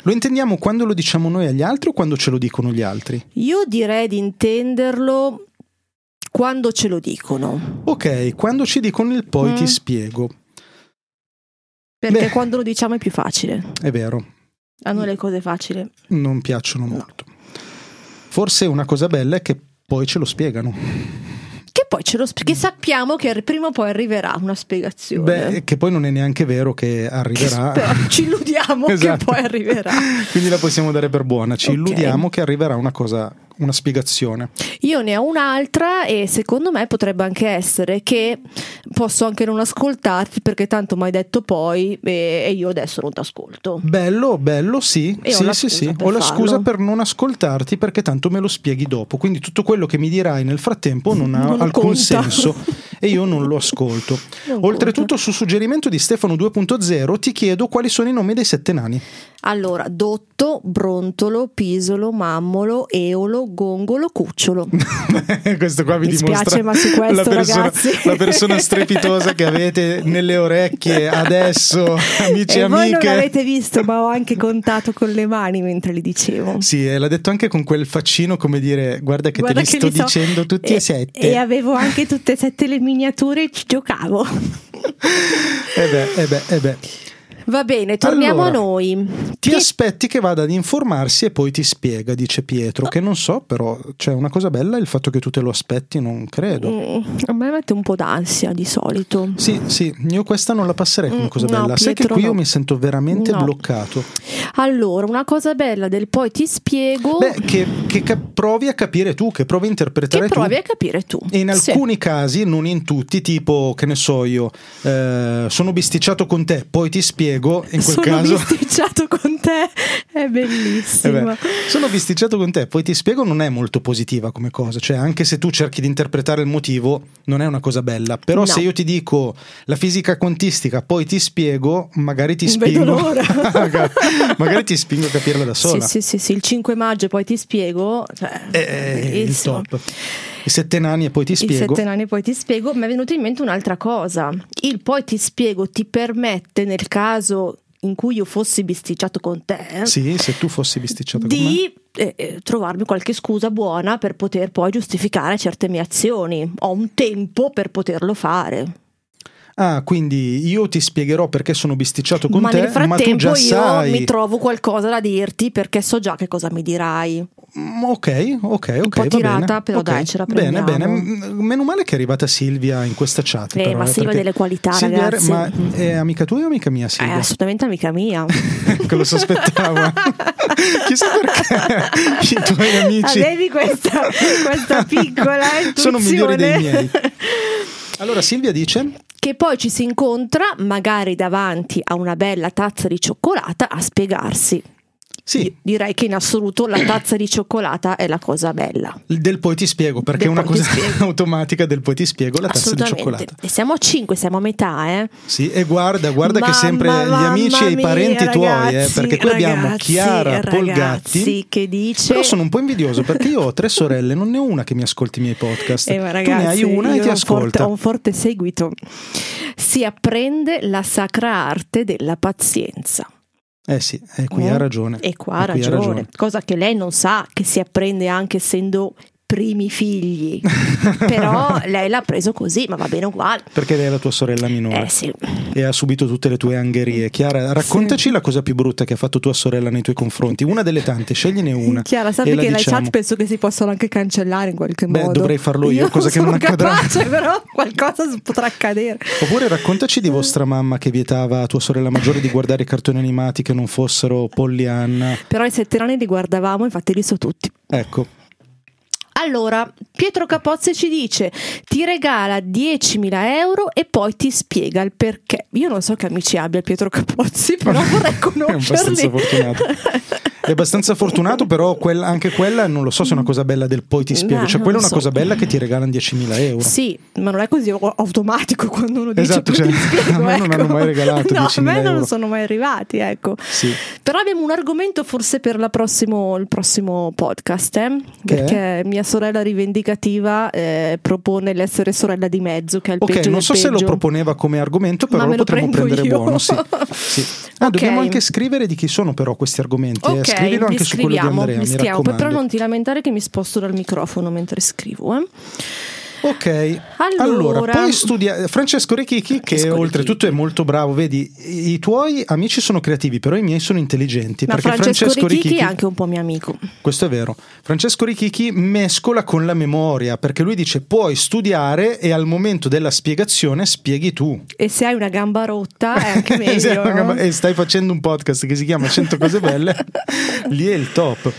Speaker 4: Lo intendiamo quando lo diciamo noi agli altri o quando ce lo dicono gli altri?
Speaker 3: Io direi di intenderlo quando ce lo dicono,
Speaker 4: Ok, quando ci dicono il poi
Speaker 3: Mm.
Speaker 4: ti spiego.
Speaker 3: perché
Speaker 4: Beh.
Speaker 3: quando lo diciamo è più facile.
Speaker 4: È vero,
Speaker 3: A noi le cose facili.
Speaker 4: non piacciono molto. Forse una cosa bella è che poi ce lo spiegano.
Speaker 3: Che poi ce lo sp- che sappiamo che ar- prima o poi arriverà una spiegazione.
Speaker 4: Beh, eh, che poi non è neanche vero che
Speaker 3: Che
Speaker 4: arriverà.
Speaker 3: sper- ci illudiamo che
Speaker 4: Esatto.
Speaker 3: poi arriverà.
Speaker 4: Quindi la possiamo dare per buona. Ci
Speaker 3: Ok.
Speaker 4: illudiamo che arriverà una cosa, una spiegazione.
Speaker 3: Io ne ho un'altra e secondo me potrebbe anche essere che posso anche non ascoltarti perché tanto mi hai detto poi e, e io adesso non ti ascolto.
Speaker 4: Bello, bello, sì.
Speaker 3: E ho
Speaker 4: sì,
Speaker 3: la
Speaker 4: sì,
Speaker 3: scusa
Speaker 4: sì.
Speaker 3: per
Speaker 4: Ho la
Speaker 3: farlo.
Speaker 4: scusa per non ascoltarti perché tanto me lo spieghi dopo. Quindi tutto quello che mi dirai nel frattempo non ha
Speaker 3: Non
Speaker 4: alcun
Speaker 3: conta.
Speaker 4: senso e io non lo ascolto.
Speaker 3: Non
Speaker 4: Oltretutto, su suggerimento di Stefano 2.0, ti chiedo quali sono i nomi dei sette nani.
Speaker 3: Allora, dotto, brontolo, pisolo, mammolo, eolo, gongolo, cucciolo.
Speaker 4: questo qua vi
Speaker 3: Mi
Speaker 4: dimostra
Speaker 3: spiace, ma su questo,
Speaker 4: la, persona,
Speaker 3: ragazzi.
Speaker 4: la persona strepitosa che avete nelle orecchie adesso, amici
Speaker 3: e
Speaker 4: e
Speaker 3: voi non
Speaker 4: amiche.
Speaker 3: l'avete visto, ma ho anche contato con le mani mentre li dicevo.
Speaker 4: Sì, e l'ha detto anche con quel faccino come dire guarda che
Speaker 3: Guarda
Speaker 4: te li
Speaker 3: che
Speaker 4: sto
Speaker 3: li so.
Speaker 4: dicendo tutti e, sette.
Speaker 3: E avevo anche tutte e sette le miniature e ci giocavo.
Speaker 4: Eh beh, eh beh, eh beh.
Speaker 3: Va bene, torniamo
Speaker 4: Allora,
Speaker 3: a noi. Mm,
Speaker 4: Ti
Speaker 3: Che-
Speaker 4: aspetti che vada ad informarsi e poi ti spiega, dice Pietro, che non so, però c'è una cosa bella è il fatto che tu te lo aspetti, non credo.
Speaker 3: Mm, a me mette un po' d'ansia di solito.
Speaker 4: Sì, sì, io questa non la passerei come
Speaker 3: Mm,
Speaker 4: cosa
Speaker 3: no,
Speaker 4: bella. Sai che
Speaker 3: Pietro,
Speaker 4: qui io
Speaker 3: no.
Speaker 4: mi sento veramente
Speaker 3: No.
Speaker 4: bloccato.
Speaker 3: Allora, una cosa bella del poi ti spiego
Speaker 4: Beh, che, che ca- provi a capire tu, che provi a interpretare
Speaker 3: che provi
Speaker 4: tu.
Speaker 3: a capire tu.
Speaker 4: E in
Speaker 3: Sì.
Speaker 4: alcuni casi, non in tutti, tipo, che ne so io, eh, sono bisticciato con te, poi ti spiego, in quel
Speaker 3: Sono
Speaker 4: caso...
Speaker 3: bisticciato con te, è
Speaker 4: Eh
Speaker 3: bellissimo.
Speaker 4: beh, sono bisticciato con te, poi ti spiego, non è molto positiva come cosa, cioè anche se tu cerchi di interpretare il motivo, non è una cosa bella, però
Speaker 3: No.
Speaker 4: se io ti dico la fisica quantistica, poi ti spiego, magari ti
Speaker 3: Non vedo
Speaker 4: spingo,
Speaker 3: l'ora.
Speaker 4: Magari- magari ti spingo a capirla da
Speaker 3: sì,
Speaker 4: sola,
Speaker 3: sì, sì, sì, il 5 maggio poi ti spiego. Cioè,
Speaker 4: Eh, eh, il
Speaker 3: bellissimo.
Speaker 4: top. I sette nani e poi ti
Speaker 3: I
Speaker 4: spiego.
Speaker 3: sette nani poi ti spiego, mi è venuta in mente un'altra cosa. Il poi ti spiego ti permette nel caso in cui io fossi bisticciato con te
Speaker 4: Sì, se tu fossi bisticciato con me.
Speaker 3: di eh, eh, trovarmi qualche scusa buona per poter poi giustificare certe mie azioni. Ho un tempo per poterlo fare.
Speaker 4: Ah, quindi io ti spiegherò perché sono bisticciato con
Speaker 3: ma
Speaker 4: te,
Speaker 3: nel
Speaker 4: ma tu
Speaker 3: frattempo
Speaker 4: già
Speaker 3: io
Speaker 4: sai.
Speaker 3: mi trovo qualcosa da dirti perché so già che cosa mi dirai.
Speaker 4: Mm, Ok, ok,
Speaker 3: po'
Speaker 4: ok. va
Speaker 3: tirata,
Speaker 4: bene.
Speaker 3: però
Speaker 4: Ok,
Speaker 3: dai, ce la
Speaker 4: Bene, bene.
Speaker 3: prendiamo.
Speaker 4: M- Meno male che è arrivata Silvia in questa chat.
Speaker 3: Eh,
Speaker 4: però,
Speaker 3: ma Silvia ha
Speaker 4: perché-
Speaker 3: delle qualità,
Speaker 4: Silvia,
Speaker 3: ragazzi. Eh,
Speaker 4: Ma è amica tua o amica mia,
Speaker 3: È
Speaker 4: Silvia?
Speaker 3: assolutamente amica mia.
Speaker 4: Che lo sospettavo. Chissà perché i tuoi amici
Speaker 3: Avevi Ah, questa, questa piccola intuizione.
Speaker 4: sono migliori dei miei. Allora, Silvia dice:
Speaker 3: Che poi ci si incontra, magari davanti a una bella tazza di cioccolata, a spiegarsi.
Speaker 4: Sì,
Speaker 3: Io Direi che in assoluto la tazza di cioccolata è la cosa bella.
Speaker 4: del poi ti spiego, perché
Speaker 3: Del
Speaker 4: è una
Speaker 3: poi ti
Speaker 4: cosa
Speaker 3: spiego.
Speaker 4: automatica del poi ti spiego la tazza di cioccolata.
Speaker 3: E siamo a 5, siamo a metà, eh.
Speaker 4: Sì, e guarda, guarda che
Speaker 3: Mamma,
Speaker 4: sempre gli
Speaker 3: mamma
Speaker 4: amici e i
Speaker 3: mia,
Speaker 4: parenti tuoi, eh,
Speaker 3: ragazzi,
Speaker 4: perché qui abbiamo
Speaker 3: ragazzi,
Speaker 4: Chiara
Speaker 3: ragazzi,
Speaker 4: Polgatti.
Speaker 3: che dice
Speaker 4: Però sono un po' invidioso perché io ho tre sorelle, non ne ho una che mi ascolti i miei podcast.
Speaker 3: Eh, ma
Speaker 4: tu ne
Speaker 3: ragazzi,
Speaker 4: hai una e
Speaker 3: io
Speaker 4: ti
Speaker 3: ho un forte-
Speaker 4: ascolta.
Speaker 3: Ho un forte seguito. Si apprende la sacra arte della pazienza.
Speaker 4: Eh sì, e qui
Speaker 3: Eh?
Speaker 4: ha ragione.
Speaker 3: E qua ha ragione. cosa che lei non sa, che si apprende anche essendo primi figli. Però lei l'ha preso così, ma va bene uguale.
Speaker 4: Perché lei è la tua sorella minore
Speaker 3: Eh sì.
Speaker 4: e ha subito tutte le tue angherie. Chiara, raccontaci la cosa più brutta che ha fatto tua sorella nei tuoi confronti. Una delle tante, scegliene una.
Speaker 3: Chiara,
Speaker 4: e
Speaker 3: sappi
Speaker 4: la
Speaker 3: che
Speaker 4: diciamo.
Speaker 3: la chat penso che si possono anche cancellare in qualche
Speaker 4: Beh,
Speaker 3: modo.
Speaker 4: dovrei farlo io, cosa che
Speaker 3: sono
Speaker 4: non accadrà.
Speaker 3: capace, però qualcosa s- potrà accadere.
Speaker 4: Oppure raccontaci di vostra mamma che vietava a tua sorella maggiore di guardare i cartoni animati che non fossero Pollyanna.
Speaker 3: Però i sette anni li guardavamo, infatti li so tutti.
Speaker 4: Ecco,
Speaker 3: Allora, Pietro Capozze ci dice: ti regala 10.000 euro e poi ti spiega il perché. Io non so che amici abbia Pietro Capozzi, però vorrei
Speaker 4: è abbastanza
Speaker 3: conoscerli.
Speaker 4: fortunato. È abbastanza fortunato, però quella- anche quella non lo so se è una cosa bella del poi ti spiego.
Speaker 3: No,
Speaker 4: cioè,
Speaker 3: non
Speaker 4: quella è
Speaker 3: lo
Speaker 4: una
Speaker 3: so.
Speaker 4: cosa bella che ti regalano 10.000 euro.
Speaker 3: Sì, ma non è così automatico quando uno dice
Speaker 4: Esatto,
Speaker 3: "Poi
Speaker 4: cioè,
Speaker 3: ti spiego",
Speaker 4: a me non
Speaker 3: ecco.
Speaker 4: hanno mai regalato
Speaker 3: No, a
Speaker 4: 10.000
Speaker 3: me non
Speaker 4: euro.
Speaker 3: sono mai arrivati, ecco.
Speaker 4: Sì.
Speaker 3: Però abbiamo un argomento forse per la prossimo- il prossimo podcast, eh?
Speaker 4: Che
Speaker 3: perché mia sorella rivendicativa eh, propone l'essere sorella di mezzo, che è il
Speaker 4: Ok,
Speaker 3: peggio
Speaker 4: non
Speaker 3: del
Speaker 4: so se lo
Speaker 3: peggio.
Speaker 4: proponeva come argomento, però
Speaker 3: Ma me
Speaker 4: lo
Speaker 3: lo
Speaker 4: potremmo
Speaker 3: prendo
Speaker 4: prendere
Speaker 3: io.
Speaker 4: buono. Sì. Sì. Ah,
Speaker 3: Ok.
Speaker 4: dobbiamo anche scrivere di chi sono però questi argomenti. eh.
Speaker 3: Ok,
Speaker 4: Scrivilo
Speaker 3: li
Speaker 4: anche su quello di
Speaker 3: scriviamo,
Speaker 4: Andrea,
Speaker 3: li
Speaker 4: mi
Speaker 3: scriviamo. Poi
Speaker 4: raccomando.
Speaker 3: però non ti lamentare che mi sposto dal microfono mentre scrivo. eh.
Speaker 4: Ok,
Speaker 3: Allora.
Speaker 4: allora, poi studia Francesco Rechicchi, che
Speaker 3: Francesco
Speaker 4: oltretutto è molto bravo. Vedi, i i tuoi amici sono creativi, però i miei sono intelligenti.
Speaker 3: Ma
Speaker 4: perché
Speaker 3: Francesco, Ricchichi
Speaker 4: Rechicchi-
Speaker 3: è anche un po' mio amico.
Speaker 4: Questo è vero. Francesco Ricchichi mescola con la memoria perché lui dice puoi studiare e al momento della spiegazione spieghi tu.
Speaker 3: E se hai una gamba rotta è anche
Speaker 4: Se
Speaker 3: meglio.
Speaker 4: non-
Speaker 3: no?
Speaker 4: e stai facendo un podcast che si chiama 100 cose belle, lì è il top.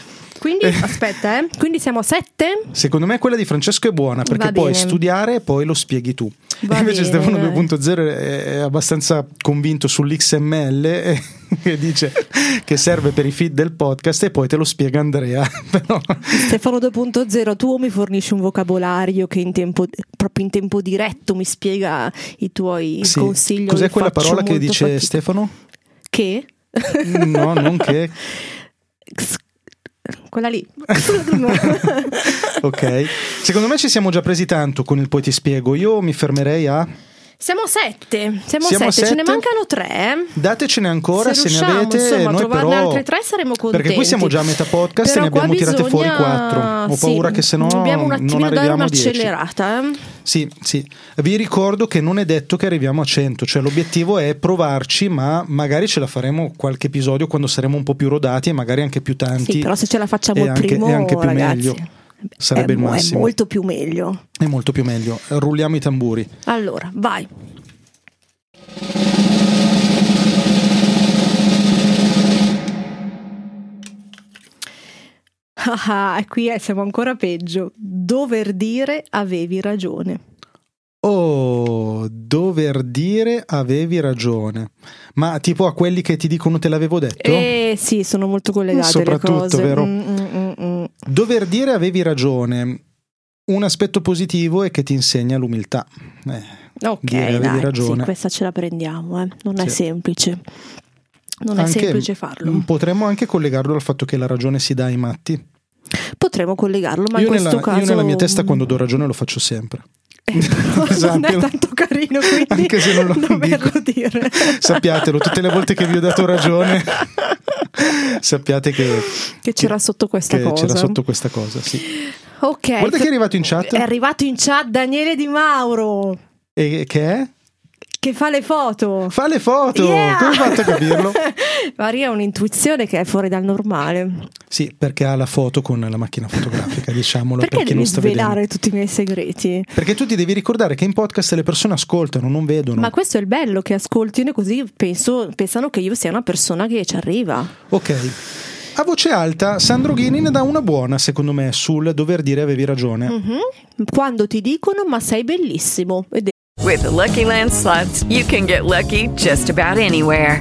Speaker 3: Quindi, aspetta, eh. Quindi siamo a sette?
Speaker 4: Secondo me quella di Francesco è buona perché
Speaker 3: Va
Speaker 4: puoi
Speaker 3: bene.
Speaker 4: studiare e poi lo spieghi tu.
Speaker 3: Va
Speaker 4: Invece
Speaker 3: bene,
Speaker 4: Stefano
Speaker 3: dai.
Speaker 4: 2.0 è è abbastanza convinto sull'XML e, e dice che serve per i feed del podcast e poi te lo spiega Andrea. Però
Speaker 3: Stefano 2.0, tu o mi fornisci un vocabolario che in tempo, proprio in tempo diretto mi spiega i tuoi
Speaker 4: sì.
Speaker 3: consigli.
Speaker 4: Cos'è
Speaker 3: io
Speaker 4: quella
Speaker 3: faccio
Speaker 4: parola che
Speaker 3: molto
Speaker 4: dice
Speaker 3: fatica.
Speaker 4: Stefano?
Speaker 3: Che?
Speaker 4: No, non che.
Speaker 3: Quella lì.
Speaker 4: Ok. Secondo me ci siamo già presi tanto con il poi ti spiego. Io mi fermerei a.
Speaker 3: Siamo a sette, siamo,
Speaker 4: Siamo
Speaker 3: a
Speaker 4: a
Speaker 3: sette, ce ne
Speaker 4: sette?
Speaker 3: mancano tre. eh.
Speaker 4: Datecene ancora se,
Speaker 3: se
Speaker 4: ne
Speaker 3: riusciamo,
Speaker 4: avete.
Speaker 3: insomma, a
Speaker 4: noi
Speaker 3: trovarne
Speaker 4: però...
Speaker 3: altre tre saremo contenti.
Speaker 4: Perché qui siamo già a metà podcast e
Speaker 3: Però
Speaker 4: ne
Speaker 3: qua
Speaker 4: abbiamo tirate fuori
Speaker 3: bisogna-
Speaker 4: quattro. Ho
Speaker 3: sì,
Speaker 4: paura che se no
Speaker 3: Dobbiamo un attimino
Speaker 4: non
Speaker 3: dare
Speaker 4: arriviamo a 10.
Speaker 3: un'accelerata. eh.
Speaker 4: Sì, sì. Vi ricordo che non è detto che arriviamo a 100, cioè l'obiettivo è provarci, ma magari ce la faremo qualche episodio quando saremo un po' più rodati e magari anche più tanti.
Speaker 3: Sì, però se ce la facciamo
Speaker 4: E
Speaker 3: il
Speaker 4: anche-
Speaker 3: primo,
Speaker 4: e anche più
Speaker 3: ragazzi,
Speaker 4: meglio. Sarebbe
Speaker 3: è
Speaker 4: il
Speaker 3: mo-
Speaker 4: massimo.
Speaker 3: È molto più meglio.
Speaker 4: È molto più meglio. Rulliamo i tamburi.
Speaker 3: Allora, vai. Ah, ah, qui è- siamo ancora peggio. Dover dire avevi ragione.
Speaker 4: Oh, dover dire avevi ragione. Ma tipo a quelli che ti dicono te l'avevo detto?
Speaker 3: Eh sì, sono molto collegate
Speaker 4: Soprattutto,
Speaker 3: le cose.
Speaker 4: vero?
Speaker 3: Mm, mm, mm, mm.
Speaker 4: Dover dire avevi ragione. Un aspetto positivo è che ti insegna l'umiltà. Eh,
Speaker 3: Ok,
Speaker 4: Dire, avevi
Speaker 3: dai,
Speaker 4: ragione.
Speaker 3: sì, questa ce la prendiamo, eh. non è
Speaker 4: Sì.
Speaker 3: semplice. Non è
Speaker 4: anche-
Speaker 3: semplice farlo.
Speaker 4: mm, Potremmo anche collegarlo al fatto che la ragione si dà ai matti.
Speaker 3: Potremmo collegarlo, ma
Speaker 4: io,
Speaker 3: in questo
Speaker 4: nella, io
Speaker 3: caso mm.
Speaker 4: nella mia testa quando do ragione lo faccio sempre.
Speaker 3: Eh, non è
Speaker 4: Esatto.
Speaker 3: tanto carino, quindi
Speaker 4: Anche se non lo
Speaker 3: doverlo
Speaker 4: dico.
Speaker 3: dire.
Speaker 4: Sappiatelo, tutte le volte che vi ho dato ragione, sappiate che,
Speaker 3: che c'era sotto questa
Speaker 4: che
Speaker 3: cosa.
Speaker 4: c'era sotto questa cosa. Sì.
Speaker 3: Ok.
Speaker 4: Guarda che è arrivato in chat
Speaker 3: È arrivato in chat Daniele Di Mauro
Speaker 4: e che è?
Speaker 3: che fa le foto.
Speaker 4: Fa le foto!
Speaker 3: Yeah!
Speaker 4: Come hai fatto a capirlo?
Speaker 3: Maria ha un'intuizione che è fuori dal normale.
Speaker 4: Sì, perché ha la foto con la macchina fotografica, diciamolo
Speaker 3: Perché
Speaker 4: per chi
Speaker 3: devi
Speaker 4: non sta
Speaker 3: svelare
Speaker 4: vedendo.
Speaker 3: tutti i miei segreti?
Speaker 4: Perché tu ti devi ricordare che in podcast le persone ascoltano, non vedono.
Speaker 3: Ma questo è il bello che ascoltino e così penso- pensano che io sia una persona che ci arriva.
Speaker 4: Ok. A voce alta, Sandro Ghini ne dà una buona, secondo me, sul dover dire avevi ragione.
Speaker 3: Mhm. Quando ti dicono ma sei bellissimo. Ed è-
Speaker 5: With the Lucky Land slots, you can get lucky just about anywhere.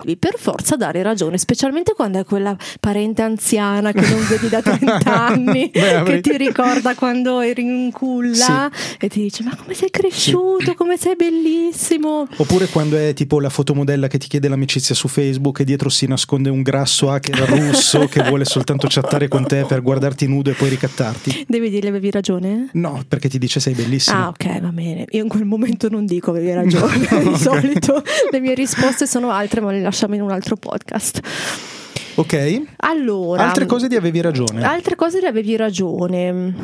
Speaker 3: devi per forza dare ragione, specialmente quando è quella parente anziana che non vedi da 30 anni,
Speaker 4: Beh,
Speaker 3: che
Speaker 4: avrei-
Speaker 3: ti ricorda quando eri in culla e ti dice ma come sei cresciuto, come sei bellissimo.
Speaker 4: Oppure quando è tipo la fotomodella che ti chiede l'amicizia su Facebook e dietro si nasconde un grasso hacker russo che vuole soltanto chattare con te per guardarti nudo e poi ricattarti.
Speaker 3: Devi dire avevi ragione?
Speaker 4: No, perché ti dice sei bellissimo.
Speaker 3: Ah, ok, va bene. Io in quel momento non dico avevi ragione. Di solito le mie risposte sono altre, ma le lasciamo in un altro podcast.
Speaker 4: Ok?
Speaker 3: Allora,
Speaker 4: Altre cose di avevi ragione.
Speaker 3: altre cose le avevi ragione.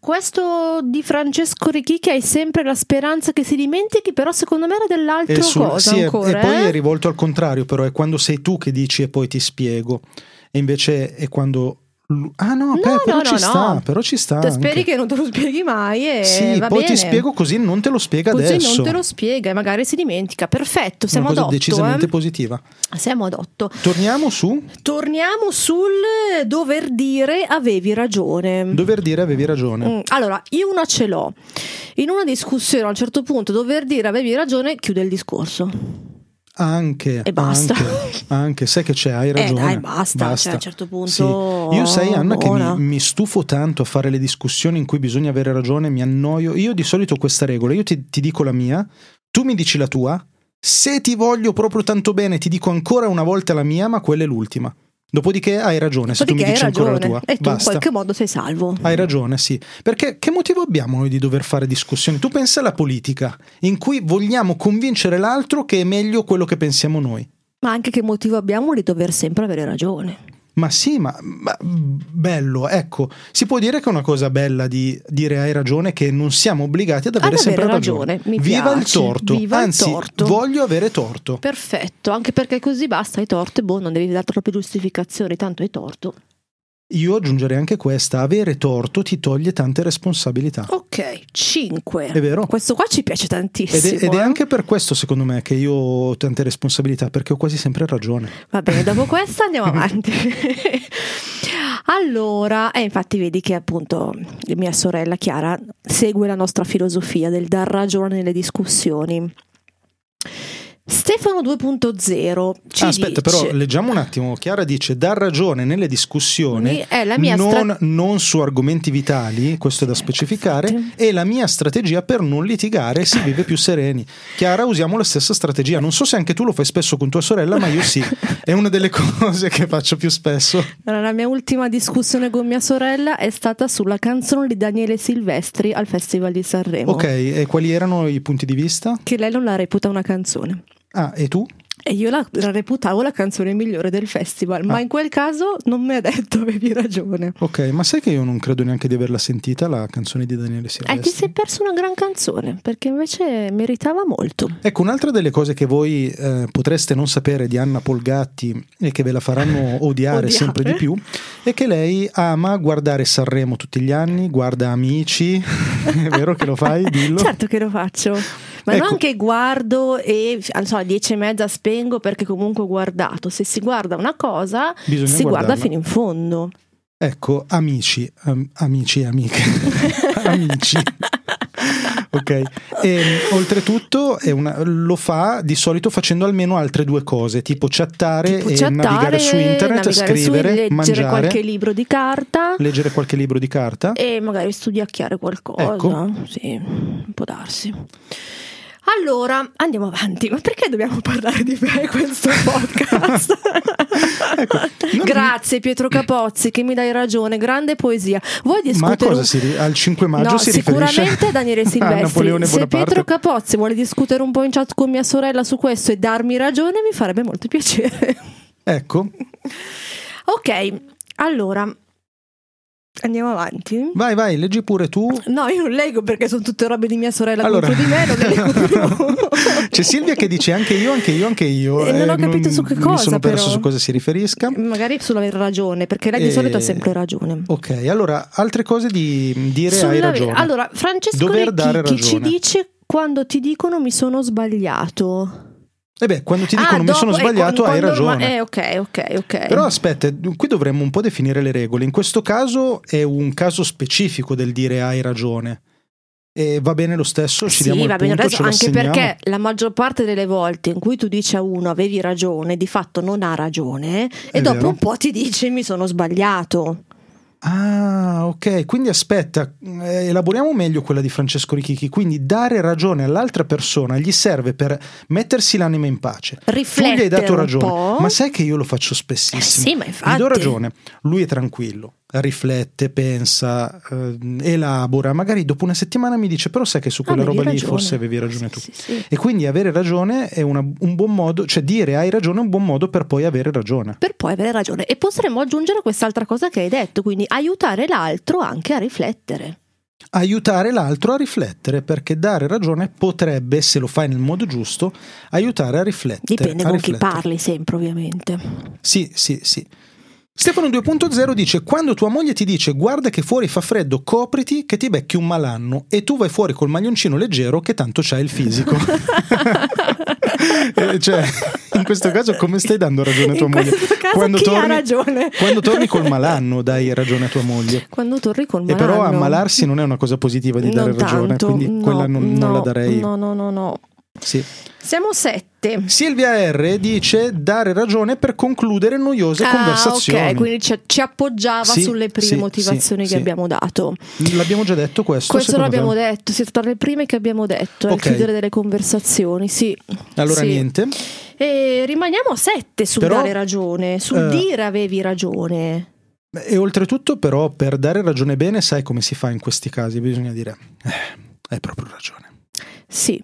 Speaker 3: Questo di Francesco Ricchi che hai sempre la speranza che si dimentichi, però secondo me era dell'altro
Speaker 4: E sul-
Speaker 3: cosa
Speaker 4: sì, e-
Speaker 3: ancora.
Speaker 4: e poi
Speaker 3: eh?
Speaker 4: è rivolto al contrario, però è quando sei tu che dici e poi ti spiego. E invece è quando. lu- Ah no,
Speaker 3: No,
Speaker 4: beh, però,
Speaker 3: no,
Speaker 4: ci
Speaker 3: no,
Speaker 4: sta,
Speaker 3: no.
Speaker 4: però ci sta.
Speaker 3: Te speri
Speaker 4: anche.
Speaker 3: che non te lo spieghi mai e
Speaker 4: Sì,
Speaker 3: va
Speaker 4: poi
Speaker 3: bene.
Speaker 4: ti spiego così non te lo spiega
Speaker 3: Così
Speaker 4: adesso.
Speaker 3: non te lo spiega e magari si dimentica. Perfetto, siamo
Speaker 4: Una
Speaker 3: ad eh. 8.
Speaker 4: cosa decisamente positiva.
Speaker 3: Siamo ad 8.
Speaker 4: Torniamo su
Speaker 3: Torniamo sul dover dire avevi ragione.
Speaker 4: dover dire avevi ragione.
Speaker 3: Mm, Allora, io una ce l'ho. In una discussione a un certo punto dover dire avevi ragione chiude il discorso.
Speaker 4: Anche,
Speaker 3: E basta. Eh,
Speaker 4: Anche, anche, sai che c'è, hai ragione.
Speaker 3: dai, basta, cioè, a un certo punto,
Speaker 4: Sì. Io sai, Anna, che
Speaker 3: buona.
Speaker 4: mi, mi stufo tanto a fare le discussioni in cui bisogna avere ragione, mi annoio. Io di solito ho questa regola, io ti, ti dico la mia, Tu mi dici la tua? Se ti voglio proprio tanto bene, ti dico ancora una volta la mia, ma quella è l'ultima. Dopodiché hai ragione, se tu mi
Speaker 3: Dopodiché hai
Speaker 4: dici ancora la
Speaker 3: ragione
Speaker 4: tua.
Speaker 3: e tu in
Speaker 4: Basta.
Speaker 3: qualche modo sei salvo.
Speaker 4: Hai ragione, sì. Perché che motivo abbiamo noi di dover fare discussioni? Tu pensa alla politica, in cui vogliamo convincere l'altro che è meglio quello che pensiamo noi.
Speaker 3: Ma anche che motivo abbiamo di dover sempre avere ragione?
Speaker 4: Ma sì, ma, ma- bello, ecco, si può dire che è una cosa bella di dire hai ragione che non siamo obbligati ad avere
Speaker 3: Ad avere
Speaker 4: sempre
Speaker 3: ragione, mi
Speaker 4: viva il
Speaker 3: piace,
Speaker 4: torto,
Speaker 3: viva il
Speaker 4: anzi
Speaker 3: torto.
Speaker 4: voglio avere torto.
Speaker 3: Perfetto, anche perché così basta, hai torto e boh, non devi dare troppe giustificazioni, tanto hai torto.
Speaker 4: Io aggiungerei anche questa, avere torto ti toglie tante responsabilità.
Speaker 3: Oh, Ok, 5.
Speaker 4: È vero.
Speaker 3: Questo qua ci piace
Speaker 4: Ed
Speaker 3: tantissimo.
Speaker 4: è, ed è
Speaker 3: eh.
Speaker 4: anche per questo, secondo me, che io ho tante responsabilità, perché ho quasi sempre ragione.
Speaker 3: Va bene, dopo questa andiamo avanti. allora, e infatti vedi che appunto mia sorella Chiara segue la nostra filosofia del dar ragione nelle discussioni. Stefano 2.0 ci
Speaker 4: Ah,
Speaker 3: dice,
Speaker 4: aspetta, però leggiamo un attimo. Chiara dice: dar ragione nelle discussioni,
Speaker 3: È la mia
Speaker 4: non,
Speaker 3: stra-
Speaker 4: non su argomenti vitali, questo è da specificare. E la mia strategia per non litigare si vive più sereni. Chiara, usiamo la stessa strategia. Non so se anche tu lo fai spesso con tua sorella, ma io sì. È una delle cose che faccio più spesso.
Speaker 3: Allora, la mia ultima discussione con mia sorella è stata sulla canzone di Daniele Silvestri al Festival di Sanremo.
Speaker 4: Ok, e quali erano i punti di vista?
Speaker 3: Che lei non la reputa una canzone.
Speaker 4: Ah, e tu?
Speaker 3: E io la, la reputavo la canzone migliore del festival,
Speaker 4: Ah.
Speaker 3: ma in quel caso non mi ha detto avevi ragione.
Speaker 4: Ok, ma sai che io non credo neanche di averla sentita la canzone di
Speaker 3: E Eh,
Speaker 4: Daniele
Speaker 3: ti
Speaker 4: Silvestri?
Speaker 3: sei perso una gran canzone, perché invece meritava molto.
Speaker 4: Ecco, un'altra delle cose che voi eh, potreste non sapere di Anna Polgatti e che ve la faranno odiare
Speaker 3: Odiare.
Speaker 4: sempre di più è che lei ama guardare Sanremo tutti gli anni, guarda Amici, è vero che lo fai? Dillo.
Speaker 3: Certo che lo faccio, ma
Speaker 4: Ecco.
Speaker 3: non che guardo e non so, alle 10 e mezza spengo perché comunque ho guardato. Se si guarda una cosa,
Speaker 4: Bisogna
Speaker 3: si guarda
Speaker 4: guardarla.
Speaker 3: fino in fondo.
Speaker 4: Ecco, Amici, am- amici e amiche, amici. Ok, e, oltretutto è una- lo fa di solito facendo almeno altre due cose, tipo chattare
Speaker 3: Tipo
Speaker 4: e
Speaker 3: chattare,
Speaker 4: navigare su internet,
Speaker 3: navigare su-
Speaker 4: scrivere,
Speaker 3: leggere
Speaker 4: mangiare,
Speaker 3: qualche libro di carta
Speaker 4: leggere qualche libro di carta.
Speaker 3: e magari studiacchiare qualcosa.
Speaker 4: Ecco.
Speaker 3: Sì, può darsi. Allora, andiamo avanti. Ma perché dobbiamo parlare di me in questo podcast? Eh, Grazie Pietro Capozzi che mi dai ragione, grande poesia. Vuoi
Speaker 4: Ma a
Speaker 3: discutere
Speaker 4: cosa
Speaker 3: un-
Speaker 4: si ri- al 5 maggio
Speaker 3: no,
Speaker 4: si riferisce
Speaker 3: sicuramente Daniele
Speaker 4: a Napoleone
Speaker 3: Silvestri. Se
Speaker 4: Bonaparte.
Speaker 3: Pietro Capozzi vuole discutere un po' in chat con mia sorella su questo e darmi ragione, mi farebbe molto piacere.
Speaker 4: Ecco,
Speaker 3: ok, allora andiamo avanti.
Speaker 4: vai, vai, leggi pure tu.
Speaker 3: No, io non leggo perché sono tutte robe di mia sorella
Speaker 4: Allora.
Speaker 3: contro di me, non le leggo più.
Speaker 4: C'è Silvia che dice anche io, anche io, anche io.
Speaker 3: Eh, non ho capito su che
Speaker 4: Mi
Speaker 3: cosa,
Speaker 4: sono perso
Speaker 3: però.
Speaker 4: su cosa si riferisca.
Speaker 3: Magari sull'aver ragione, perché lei di
Speaker 4: Eh,
Speaker 3: solito ha sempre ragione.
Speaker 4: Ok, allora, altre cose di dire hai
Speaker 3: Sulla-
Speaker 4: ragione.
Speaker 3: Allora, Francesco
Speaker 4: Dover dare
Speaker 3: Ricchi ci
Speaker 4: ragione.
Speaker 3: dice quando ti dicono mi sono sbagliato.
Speaker 4: E Eh beh, quando ti
Speaker 3: Ah,
Speaker 4: dicono mi
Speaker 3: dopo-
Speaker 4: sono
Speaker 3: eh,
Speaker 4: sbagliato
Speaker 3: quando-
Speaker 4: hai
Speaker 3: quando
Speaker 4: ragione.
Speaker 3: ormai- eh, ok, ok, ok.
Speaker 4: Però aspetta, qui dovremmo un po' definire le regole. In questo caso è un caso specifico del dire hai ragione. E va bene lo stesso, ci
Speaker 3: sì,
Speaker 4: diamo il
Speaker 3: va bene,
Speaker 4: punto,
Speaker 3: adesso
Speaker 4: ce lo
Speaker 3: anche
Speaker 4: assegniamo.
Speaker 3: perché la maggior parte delle volte in cui tu dici a uno avevi ragione, di fatto non ha ragione, e
Speaker 4: È
Speaker 3: dopo
Speaker 4: vero.
Speaker 3: un po' ti dice mi sono sbagliato.
Speaker 4: Ah, ok. Quindi aspetta, eh, elaboriamo meglio quella di Francesco Richichi. Quindi dare ragione all'altra persona gli serve per mettersi l'anima in pace. tu gli
Speaker 3: Riflettere
Speaker 4: hai dato
Speaker 3: un
Speaker 4: ragione,
Speaker 3: po'.
Speaker 4: ma sai che io lo faccio
Speaker 3: Eh
Speaker 4: spessissimo.
Speaker 3: sì, ma infatti.
Speaker 4: Gli do ragione. Lui è tranquillo, riflette, pensa, ehm, elabora. Magari dopo una settimana mi dice, però sai che su quella
Speaker 3: avevi
Speaker 4: roba lì
Speaker 3: Ah, ragione."
Speaker 4: forse avevi ragione tu.
Speaker 3: Sì, sì.
Speaker 4: E quindi avere ragione è una- un buon modo, cioè dire hai ragione è un buon modo per poi avere ragione.
Speaker 3: Per poi avere ragione. E potremmo aggiungere quest'altra cosa che hai detto, quindi aiutare l'altro anche a riflettere.
Speaker 4: aiutare l'altro a riflettere, perché dare ragione potrebbe, se lo fai nel modo giusto, aiutare a riflettere.
Speaker 3: Dipende
Speaker 4: a
Speaker 3: con chi
Speaker 4: riflettere.
Speaker 3: parli sempre, ovviamente.
Speaker 4: Sì, sì, sì. Stefano 2.0 dice: Quando tua moglie ti dice guarda che fuori fa freddo, copriti che ti becchi un malanno e tu vai fuori col maglioncino leggero che tanto c'hai il fisico. Eh, cioè, in questo caso, come stai dando ragione a tua
Speaker 3: In
Speaker 4: moglie?
Speaker 3: questo caso chi ha ragione?
Speaker 4: quando torni col malanno, dai ragione a tua moglie.
Speaker 3: Quando torni col
Speaker 4: E
Speaker 3: malanno.
Speaker 4: però ammalarsi non è una cosa positiva di dare
Speaker 3: non
Speaker 4: ragione,
Speaker 3: tanto,
Speaker 4: quindi
Speaker 3: no,
Speaker 4: quella non, non
Speaker 3: no,
Speaker 4: la darei.
Speaker 3: No, no, no, no.
Speaker 4: Sì.
Speaker 3: Siamo 7.
Speaker 4: Silvia R dice dare ragione per concludere noiose conversazioni.
Speaker 3: Ah, ok, quindi ci, ci appoggiava
Speaker 4: Sì,
Speaker 3: sulle prime
Speaker 4: sì,
Speaker 3: motivazioni
Speaker 4: sì,
Speaker 3: che
Speaker 4: sì.
Speaker 3: abbiamo dato.
Speaker 4: L'abbiamo già detto questo?
Speaker 3: Questo
Speaker 4: secondo
Speaker 3: l'abbiamo
Speaker 4: te?
Speaker 3: detto, siete tra le prime che abbiamo detto, al
Speaker 4: Ok.
Speaker 3: chiudere delle conversazioni, sì.
Speaker 4: Allora
Speaker 3: Sì.
Speaker 4: niente.
Speaker 3: E rimaniamo a 7 sul
Speaker 4: Però,
Speaker 3: dare ragione, sul
Speaker 4: eh,
Speaker 3: dire avevi ragione.
Speaker 4: E oltretutto però per dare ragione bene sai come si fa in questi casi, bisogna dire "Eh, hai proprio ragione.
Speaker 3: Sì.